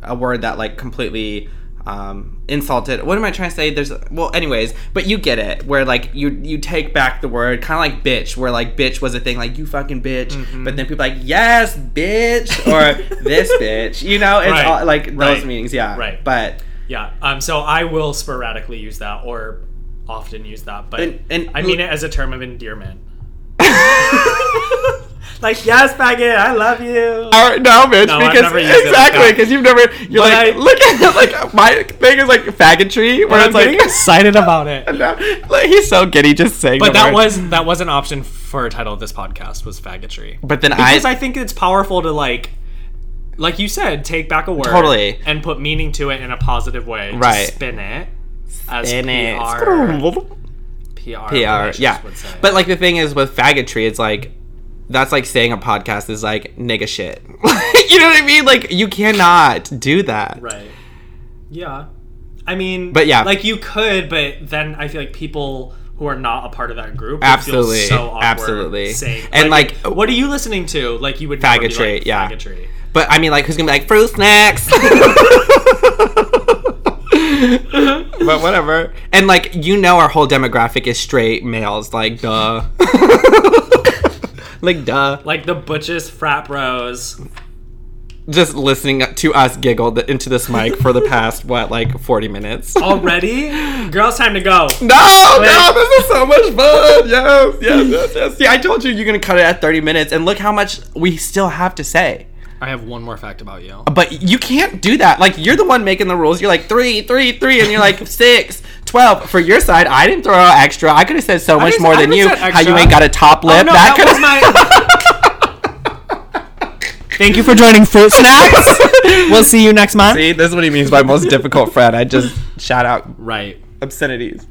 a word that like completely um, insulted. What am I trying to say? There's well, anyways, but you get it where like you you take back the word kind of like bitch where like bitch was a thing like you fucking bitch, Mm-hmm. but then people are like yes bitch or this bitch. You know, it's Right, all, like those right, meanings. Yeah, right. But Yeah. Um so I will sporadically use that or often use that, but And- and- I mean it as a term of endearment. like, yes, faggot, I love you. Or, no, bitch, No, I've because never used it like exactly that. because you've never. You're But like, I- look at it, like my thing is like faggotry, where I'm it's like, getting excited about it. no, like, he's so giddy just saying. But the that word. was that was an option for a title of this podcast was faggotry. But then because I, I, think it's powerful to like, like you said, take back a word Totally. and put meaning to it in a positive way. to Right. spin it as in it. PR, PR, PR, yeah. But like the thing is with faggotry, it's like that's like saying a podcast is like nigga shit. you know what I mean? Like you cannot do that. right, yeah. I mean, But yeah. like you could, but then I feel like people who are not a part of that group. It feels Absolutely. so awkward, Absolutely. saying- And, like- what are you listening to? Like you would never be Faggotry, like, yeah. faggotry. But I mean, like, who's gonna be like fruit snacks? but whatever. And like, you know, our whole demographic is straight males. Like, duh. like, duh. Like the butchest frat bros. Just listening to us giggle th- into this mic for the past what, like, forty minutes. Already, girls, time to go. No, no, this is so much fun. Yes, yes, yes, yes. See, I told you you're gonna cut it at 30 minutes, and look how much we still have to say. I have one more fact about you. But you can't do that. Like you're the one making the rules. You're like three, three, three, and you're like six, twelve. For your side, I didn't throw out extra. I could have said so much didn't- more I than you. didn't say How you extra. ain't got a top lip. Oh, no, that that could was my. Thank you for joining Fruit Snacks. we'll see you next month. See, this is what he means by most difficult friend. I just shout out right. obscenities.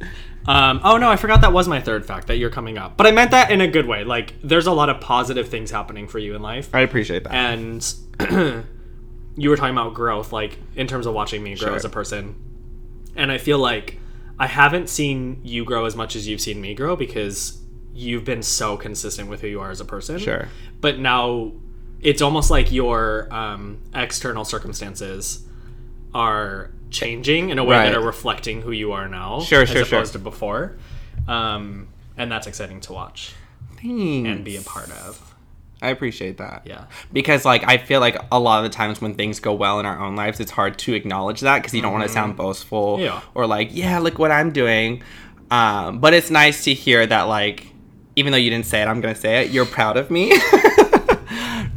Um, oh no, I forgot that was my third fact that you're coming up. But I meant that in a good way. Like, there's a lot of positive things happening for you in life. I appreciate that. And you were talking about growth, like, in terms of watching me grow Sure. as a person. And I feel like I haven't seen you grow as much as you've seen me grow because you've been so consistent with who you are as a person. Sure. But now it's almost like your um, external circumstances are changing in a way Right. that are reflecting who you are now Sure, as sure, sure. opposed to before. Um, and that's exciting to watch and be a part of. I appreciate that. Yeah. because like I feel like a lot of the times when things go well in our own lives, it's hard to acknowledge that because you don't want to sound boastful Yeah. or like, yeah, look what I'm doing. Um, but it's nice to hear that like, even though you didn't say it, I'm gonna say it. You're proud of me.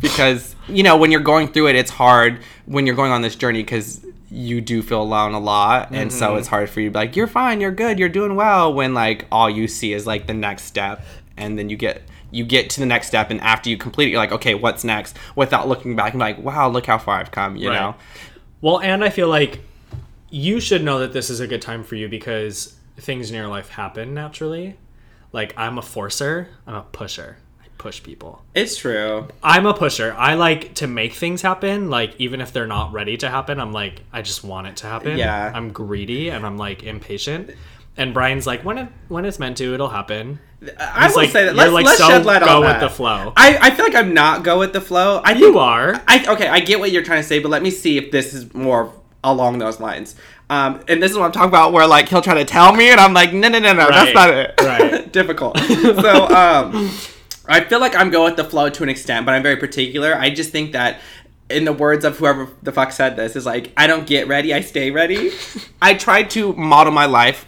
because you know when you're going through it it's hard when you're going on this journey because you do feel alone a lot and so it's hard for you to be like you're fine you're good you're doing well when like all you see is like the next step and then you get you get to the next step and after you complete it you're like okay what's next without looking back and be like wow look how far i've come you Right. know Well, and I feel like you should know that this is a good time for you because things in your life happen naturally. Like I'm a forcer, I'm a pusher. I push people. it's true I'm a pusher. I like to make things happen, like even if they're not ready to happen, I'm like I just want it to happen. Yeah. I'm greedy and I'm like impatient. And Brian's like when it, when it's meant to, it'll happen. i It's will like, say that you're let's, like let's so shed light go on with that. the flow. I, I feel like i'm not go with the flow i You are. I okay, I get what you're trying to say, but let me see if this is more along those lines. Um, and this is what I'm talking about, where like he'll try to tell me, and I'm like, no, no, no, no, that's Right, not it. right. Difficult. So, um, I feel like I'm going with the flow to an extent, but I'm very particular. I just think that. In the words of whoever the fuck said this, is like, I don't get ready, I stay ready. I try to model my life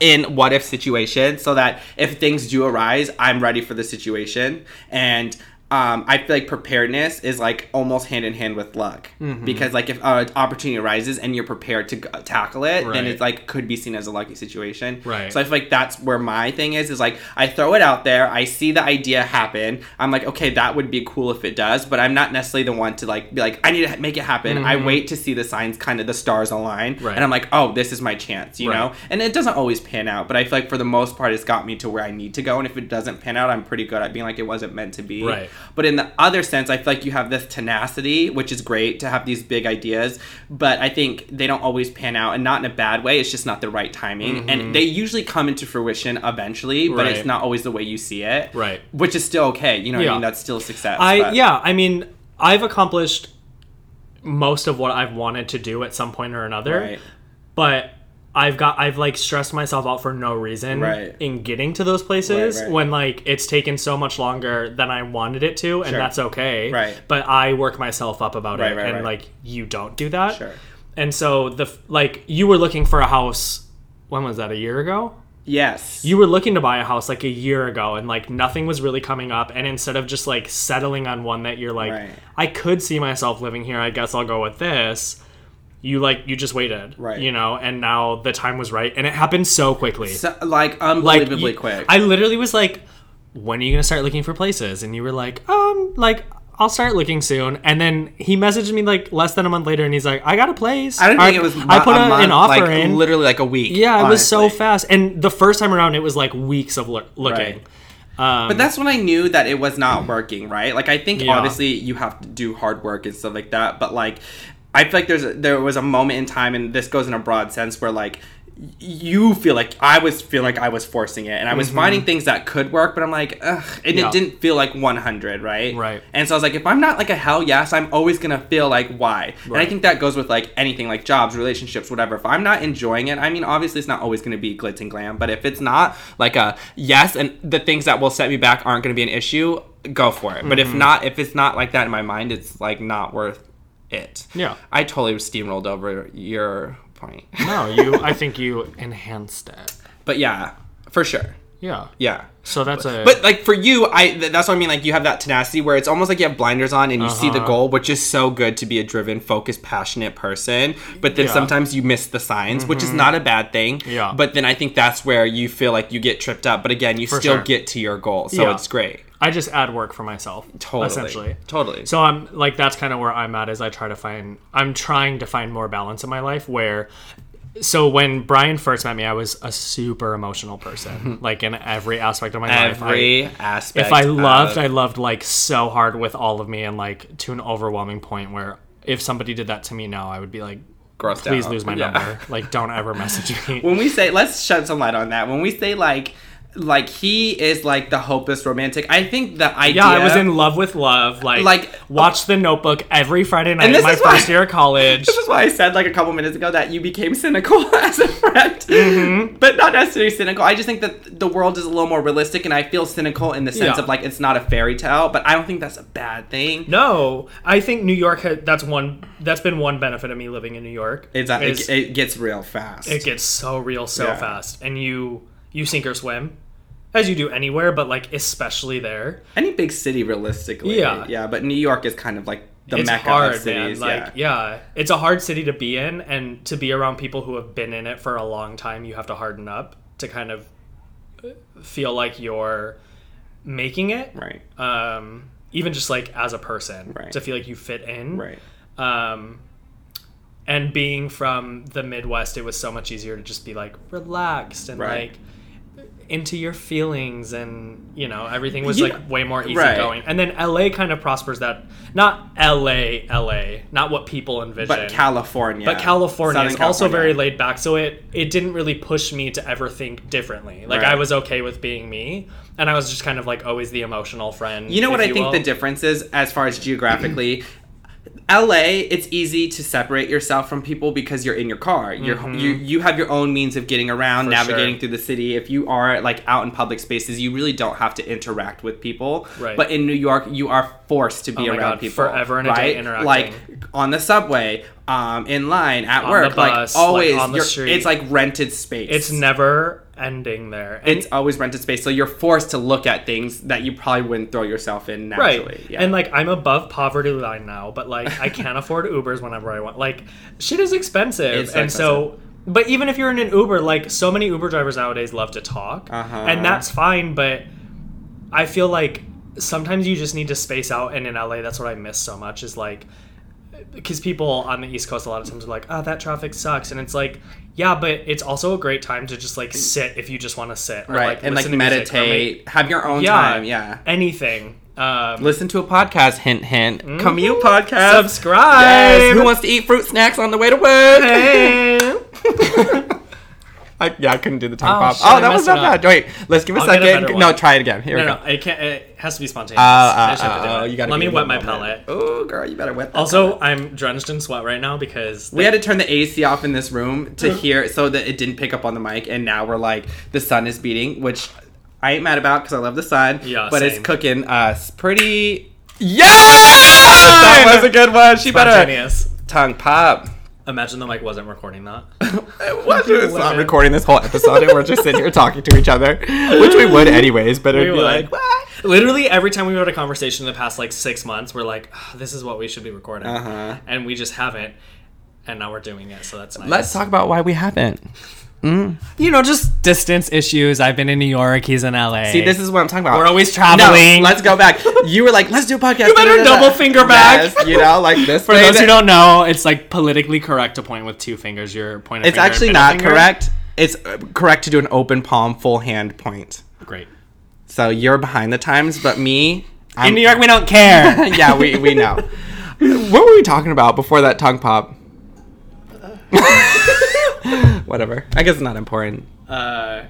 in what if situations so that if things do arise, I'm ready for the situation. And um, I feel like preparedness is like almost hand in hand with luck because like if an opportunity arises and you're prepared to g- tackle it, Right. then it's like could be seen as a lucky situation. Right. So I feel like that's where my thing is is like I throw it out there, I see the idea happen. I'm like, okay, that would be cool if it does, but I'm not necessarily the one to like be like, I need to make it happen. I wait to see the signs, kind of the stars align, Mm-hmm. Right. and I'm like, oh, this is my chance, you Right. know. And it doesn't always pan out, but I feel like for the most part, it's got me to where I need to go. And if it doesn't pan out, I'm pretty good at being like, it wasn't meant to be. Right. But in the other sense, I feel like you have this tenacity, which is great to have these big ideas, but I think they don't always pan out, and not in a bad way. It's just not the right timing, and they usually come into fruition eventually, but Mm-hmm. Right. it's not always the way you see it. Right. Which is still okay. You know what Yeah. I mean? That's still success. I but- yeah, I mean, I've accomplished most of what I've wanted to do at some point or another, Right. but I've got I've like stressed myself out for no reason Right. in getting to those places Right, right. when like it's taken so much longer than I wanted it to, and Sure. that's okay. Right. But I work myself up about Right, it, right, and right. like you don't do that. Sure. And so the f- like you were looking for a house. When was that? A year ago? Yes. you were looking to buy a house like a year ago and like nothing was really coming up and instead of just like settling on one that you're like Right. i could see myself living here i guess i'll go with this you like you just waited Right. you know and now the time was right and it happened so quickly So- like like unbelievably you- quick. i literally was like when are you gonna start looking for places and you were like um like i'll start looking soon and then he messaged me like less than a month later and he's like i got a place I don't think it was. i put a a- an month, offer like, in Literally like a week. yeah, it was so honestly. fast. And the first time around, it was like weeks of loo- looking. But that's when I knew that it was not working, right? Like I think Yeah. obviously you have to do hard work and stuff like that, but like I feel like there's a, there was a moment in time, and this goes in a broad sense where like you feel like I was feel like I was forcing it, and I was finding things that could work, but I'm like, ugh, and Mm-hmm. Yeah. it didn't feel like 100, right? Right. And so I was like, if I'm not like a hell yes, I'm always gonna feel like why. And I Right. think that goes with like anything, like jobs, relationships, whatever. If I'm not enjoying it, I mean, obviously it's not always gonna be glitz and glam, but if it's not like a yes, and the things that will set me back aren't gonna be an issue, go for it. But Mm-hmm. if not, if it's not like that in my mind, it's like not worth it. Yeah. I totally steamrolled over your point. No, you. I think you enhanced it. But yeah, for sure. Yeah. Yeah. So that's a. But like for you, I th- that's what I mean. Like you have that tenacity where it's almost like you have blinders on and you see the Uh-huh. goal, which is so good to be a driven, focused, passionate person. But then Yeah. Mm-hmm. sometimes you miss the signs, which is not a bad thing. Yeah. But then I think that's where you feel like you get tripped up. But again, you still sure. get to your goal, so Yeah. it's great. I just add work for myself. Totally. Essentially. Totally. So I'm like that's kind of where I'm at is I try to find I'm trying to find more balance in my life where so when Brian first met me I was a super emotional person like in every aspect of my life. I- every aspect. if I loved, of- I loved like so hard with all of me and like to an overwhelming point where if somebody did that to me now, I would be like, Grossed please out. lose my Yeah. number. Like, don't ever message me. when we say let's shed some light on that. When we say like like he is like the hopeless romantic, I think the idea. Yeah, I was in love with love. Like, Like- watch The Notebook every Friday night. this my is why- first year of college. This is why I said like a couple minutes ago that you became cynical as a friend, Mm-hmm. but not necessarily cynical. I just think that the world is a little more realistic, and I feel cynical in the sense Yeah. of like it's not a fairy tale, but I don't think that's a bad thing. No, I think New York. ha that's one. That's been one benefit of me living in New York. It's that is it, it gets real fast. it gets so real so Yeah. fast, and you you sink or swim, as you do anywhere, but like especially there. Any big city, realistically, Yeah. yeah, but New York is kind of like the it's mecca hard, of cities. man. Like, yeah. it's a hard city to be in, and to be around people who have been in it for a long time, you have to harden up to kind of feel like you're making it. right, Um, even just like as a person, Right. to feel like you fit in. right. Um, and being from the Midwest, it was so much easier to just be like relaxed and Right. like into your feelings and you know everything was You like way more easygoing right. and then la kind of prospers that not la la not what people envision But California, but California Southern is also California. very laid back, so it it didn't really push me to ever think differently. Like Right. I was okay with being me, and I was just kind of like always the emotional friend. You know what if I think will. the difference is as far as geographically? LA, it's easy to separate yourself from people because you're in your car. You're, You you have your own means of getting around, navigating Mm-hmm. sure. through the city. If you are like out in public spaces, you really don't have to interact with people. Right. But in New York, you are forced to be Oh my around God, people forever and a day right? interacting. Like on the subway, um, in line, at work, the like bus, like, always, on the you're- street. it's like rented space. It's never ending there. And, It's always rented space, so you're forced to look at things that you probably wouldn't throw yourself in right. naturally. Yeah. And like I'm above poverty line now, but like I can't afford Ubers whenever I want. Like shit is expensive, It's so and so. But even if you're in an Uber, like so many Uber drivers nowadays love to talk, Uh-huh. and that's fine. But I feel like sometimes you just need to space out, and in LA, that's what I miss so much is like because people on the East Coast a lot of times are like, "Oh, that traffic sucks," and it's like, yeah, but it's also a great time to just like sit if you just want to sit, or, right and like listen to music or make- meditate have your own time yeah anything. Um, listen to a podcast hint hint Mm-hmm. commute podcast subscribe. yes. who wants to eat fruit snacks on the way to work Hey. I, yeah i couldn't do the tongue Oh, pop shit, oh I that was messed it not up. bad wait let's give it a I'll get a second better no one. try it again here No, we no, go it can't. It has to be spontaneous. Oh, I uh, just have to do uh, it. you gotta Let me give wet a my palate. moment. oh girl you better wet that Also, I'm drenched in sweat right now because We had to turn the AC off in this room Uh-huh. to hear so that it didn't pick up on the mic, and now we're like the sun is beating, which I ain't mad about because I love the sun. Yeah, but it's same. cooking us pretty. Yeah, that was a good one. She better spontaneous. tongue pop. Imagine the mic wasn't recording that. What? It's not Women. recording this whole episode, and we're just sitting here talking to each other, which we would anyways. But it'd We be would. like, what? Literally every time we've had a conversation in the past like six months, we're like, "Ugh, this is what we should be recording, Uh-huh. and we just haven't. And now we're doing it, so that's nice. Let's talk about why we haven't. you know, just distance issues. I've been in New York. He's in LA. See, this is what I'm talking about. we're always No, traveling. let's go back. You were like, let's do a podcast. You better double finger back. Yes, you know, like this. For those who don't know, it's like politically correct to point with two fingers. Your point. Of It's finger and actually middle not finger. correct. It's uh, correct to do an open palm full hand point. Great. So you're behind the times, but me, I'm, In New York, we don't care. yeah, we we know. what were we talking about before that tongue pop? Whatever. I guess it's not important. Uh,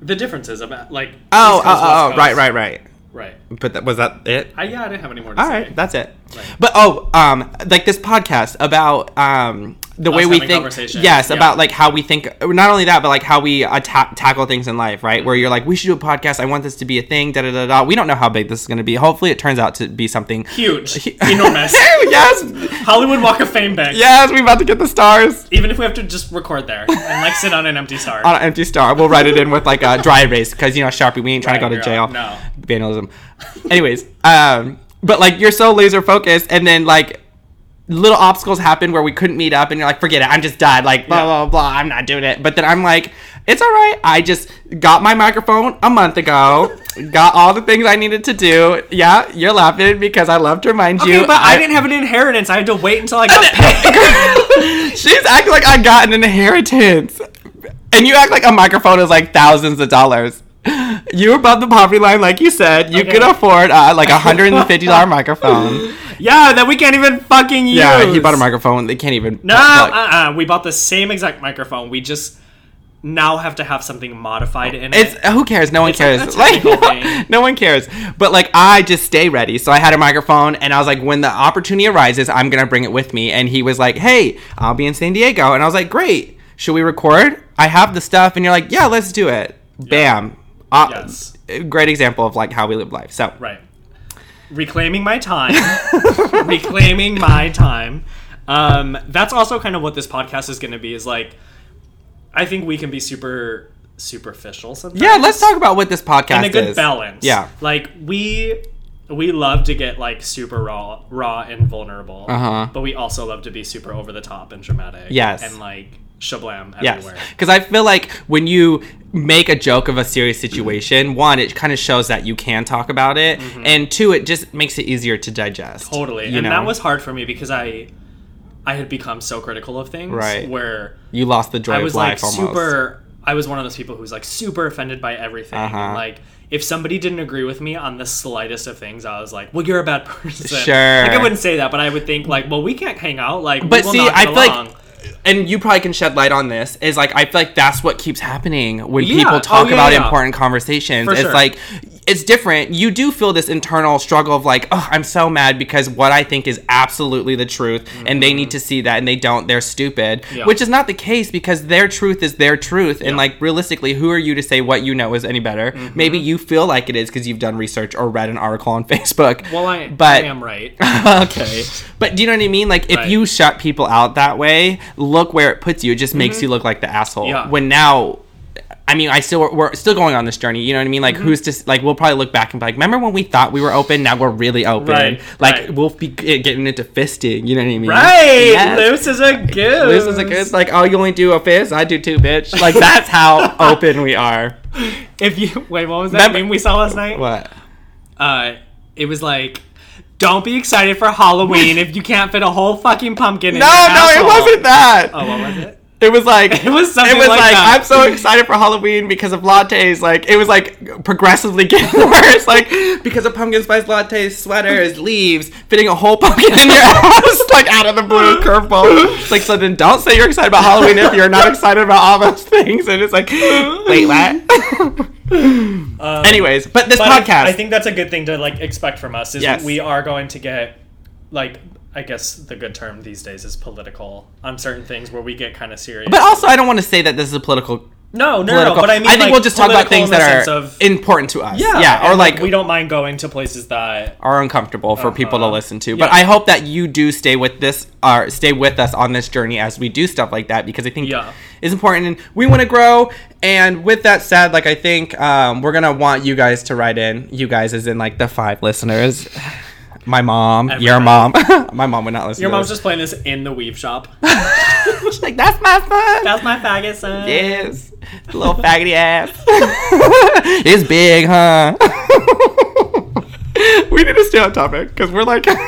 the differences about like. Oh, East Coast, oh, West oh, right, Coast. right, right. right. But that, was that it? I, yeah, I didn't have any more to All say. right, that's it. Right. But oh, um, like this podcast about um the Us way we having think. conversations, Yes, yeah. about like how we think. Not only that, but like how we atta- tackle things in life, right? Where you're like, we should do a podcast. I want this to be a thing. Da da da da. We don't know how big this is going to be. Hopefully, it turns out to be something Huge, enormous. yes, Hollywood Walk of Fame bank. yes, we about to get the stars Even if we have to just record there and like sit on an empty star. on an empty star. We'll write it in with like a dry erase because you know Sharpie. We ain't trying Right, to go to girl, jail. no. vandalism. Anyways, um, but like you're so laser focused, and then like little obstacles happen where we couldn't meet up, and you're like, forget it, I'm just done. Like blah Yeah. blah blah, I'm not doing it. But then I'm like, it's all right. I just got my microphone a month ago. got all the things I needed to do. Yeah, you're laughing because I love to remind you. Okay, but I, didn't have an inheritance. I had to wait until I got paid. She's acting like I got an inheritance. And you act like a microphone is like thousands of dollars. You're above the poverty line, like you said. You Okay. could afford uh, like a hundred and fifty dollar microphone. yeah, that we can't even fucking use. Um, Yeah, he bought a microphone. They can't even. No, plug. uh-uh. we bought the same exact microphone. We just now have to have something modified in Oh, it's it. who cares? No one like cares. a Like, technical no, thing. one cares. But like I just stay ready. So I had a microphone, and I was like, when the opportunity arises, I'm gonna bring it with me. And he was like, Hey, I'll be in San Diego, and I was like, Great. Should we record? I have the stuff, and you're like, Yeah, let's do it. Bam. Uh, Yes. Great example of like how we live life. So Right. Reclaiming my time. Reclaiming my time. Um, that's also kind of what this podcast is going to be is like, I think we can be super superficial sometimes. yeah, let's talk about what this podcast and a good is. balance. Yeah. like we we love to get like super raw, raw and vulnerable. Uh-huh. But we also love to be super over the top and dramatic. Yes. and like shablam Yes, everywhere. because I feel like when you make a joke of a serious Mm-hmm. situation, one, it kind of shows that you can talk about it, and two, it just makes it easier to digest. Totally, you and know? that was hard for me because I I had become so critical of things. Right. where you lost the joy I was of life like almost. super. I was one of those people who's like super offended by everything. Uh-huh. And, like if somebody didn't agree with me on the slightest of things, I was like, "Well, you're a bad person." Sure. Like I wouldn't say that, but I would think like, "Well, we can't hang out." Like, we But will see, not I get feel like- along. and you probably can shed light on this is like i feel like that's what keeps happening when Yeah. people talk Oh, yeah, about yeah. important conversations For it's sure. like it's different you do feel this internal struggle of like oh i'm so mad because what i think is absolutely the truth and they need to see that and they don't they're stupid Mm-hmm. Yeah. which is not the case because their truth is their truth and Yeah. Mm-hmm. like realistically who are you to say what you know is any better maybe you feel like it is because you've done research or read an article on facebook Well, I, but I am right. okay. But do you know what I mean? Like, if Right. you shut people out that way, look where it puts you. It just makes you look like the asshole. Mm-hmm. Yeah. When now, I mean, I still we're still going on this journey. You know what I mean? Like, Mm-hmm. who's just like we'll probably look back and be like, remember when we thought we were open? Now we're really open. Right, Like right. we'll be g- getting into fisting. You know what I mean? Right, Yes. loose is a goose. Loose is a good. Like, oh, you only do a fist? I do two, bitch. Like, that's how open we are. If you wait, what was that Remember- meme we saw last night? What? Uh, it was like, don't be excited for Halloween if you can't fit a whole fucking pumpkin. in No, your no, it asshole." wasn't that. Oh, what was it? It was like It was something It was like like, that. I'm so excited for Halloween because of lattes. Like it was like progressively getting worse. Like because of pumpkin spice lattes, sweaters, leaves, fitting a whole pumpkin in your ass, like out of the blue curveball. It's like so then don't say you're excited about Halloween if you're not excited about all those things. And it's like wait what? Um, Anyways, but this but I- podcast. I, think that's a good thing to like expect from us. Is Yes. we are going to get like. I guess the good term these days is political on certain things where we get kind of serious. but also, I don't want to say that this is a political. no, no, no, Political. no. But I mean, I think like, we'll just talk about things political in the that sense are of, important to us. Yeah, or and, like we don't mind going to places that are uncomfortable for people to Uh-huh. listen to. Yeah. But I hope that you do stay with this or stay with us on this journey as we do stuff like that because I think Yeah. it's important and we want to grow. And with that said, like I think um, we're gonna want you guys to write in. You guys is in like the five listeners. My mom, your mom. Everybody. my mom would not listen. Your to mom's this. just playing this in the weave shop. She's like that's my son. That's my faggot son. yes, little faggoty ass. it's big, huh? we need to stay on topic because we're like doing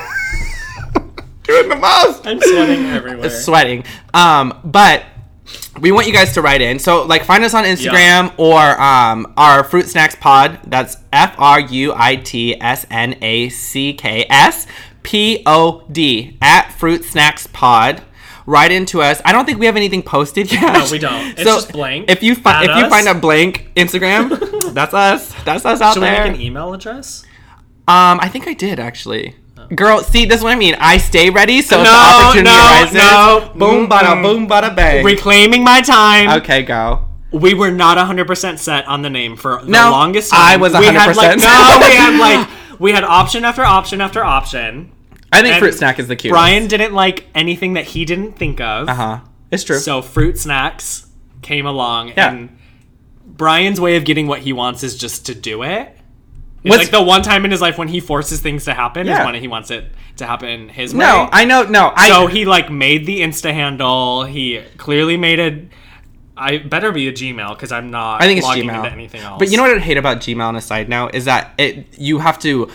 the most. I'm sweating everywhere. sweating. Um, but we want you guys to write in. So like find us on Instagram or um our Fruit Snacks Pod. That's F R U I T S N A C K S P O D at Fruit Snacks Pod. write into us. I don't think we have anything posted yet. No, we don't. It's just blank. If you fi- At if you us. find a blank Instagram, that's us. That's us out Should we there. make an email address? um, I think I did actually. Girl, see, that's what I mean. I stay ready, so if No, the opportunity no, arises, no. boom, bada, Mm-mm. boom, bada, bang. Reclaiming my time. okay, go. We were not 100% set on the name for the No, longest I time. was We had, 100% like, no, we had like we had option after option after option. I think And fruit snack is the cutest. Brian didn't like anything that he didn't think of. uh huh. It's true. So fruit snacks came along Yeah. and Brian's way of getting what he wants is just to do it. It's What's- like the one time in his life when he forces things to happen Yeah. is when he wants it to happen his way. no, I know. No, I. So he like made the Insta handle. He clearly made a. I better be a Gmail because I'm not. I think it's logging Gmail. Into anything else? But you know what I hate about Gmail on a side note is that it you have to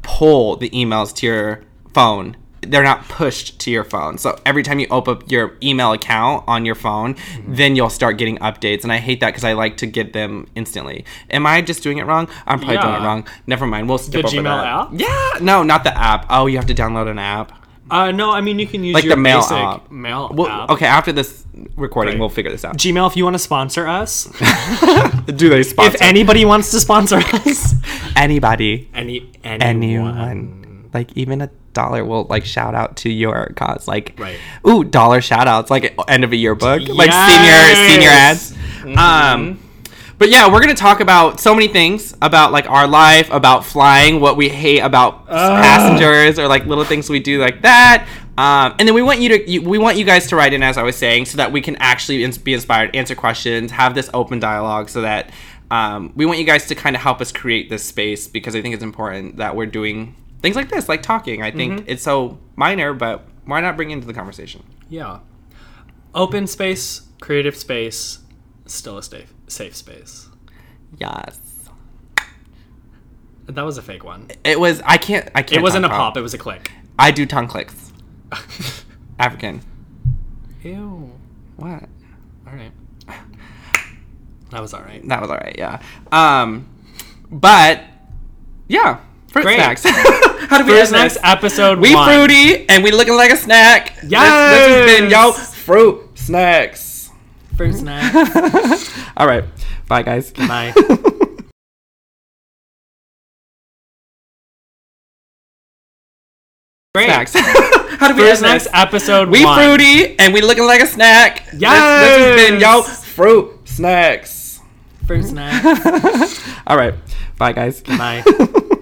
pull the emails to your phone. They're not pushed to your phone. So every time you open up your email account on your phone, Mm-hmm. then you'll start getting updates. And I hate that because I like to get them instantly. Am I just doing it wrong? I'm probably doing it Yeah. wrong. Never mind. We'll skip The over Gmail that. app? Yeah. No, not the app. Oh, you have to download an app. Uh, no, I mean you can use Like your the mail basic app. mail Well, app. Okay. After this recording, we'll figure this out. Gmail, if you want to sponsor us, Do they sponsor if anybody wants to sponsor us, anybody? any anyone. anyone. Like even a dollar will like shout out to your cause. Like Right. ooh, dollar shout outs, like end of a yearbook. Like senior Yes! senior ads. Um but yeah, we're gonna talk about so many things about like our life, about flying, what we hate about passengers, or like little things we do like that. Um, and then we want you to you, we want you guys to write in, as I was saying, so that we can actually ins- be inspired, answer questions, have this open dialogue, so that um, we want you guys to kind of help us create this space because I think it's important that we're doing things like this, like talking. I think it's so minor, but why not bring it into the conversation? Yeah, open space, creative space, still a safe safe space. Yes, That was a fake one. it was. I can't. I can't. It wasn't a tongue pop. It was a click. I do tongue clicks. African. Ew. What? All right. That was all right. That was all right. Yeah. Um, but yeah, fruit Great. snacks. How do we Here's end next this? episode We one. fruity and we looking like a snack. This- This, has been Yes. yo fruit snacks. Fruit snack. all right. Bye guys. Bye. Great. Snacks. How do we Here's end this? next episode We one. fruity and we looking like a snack. This- This, has been yo Yes. fruit snacks. Fruit snack. all right. Bye guys. Bye.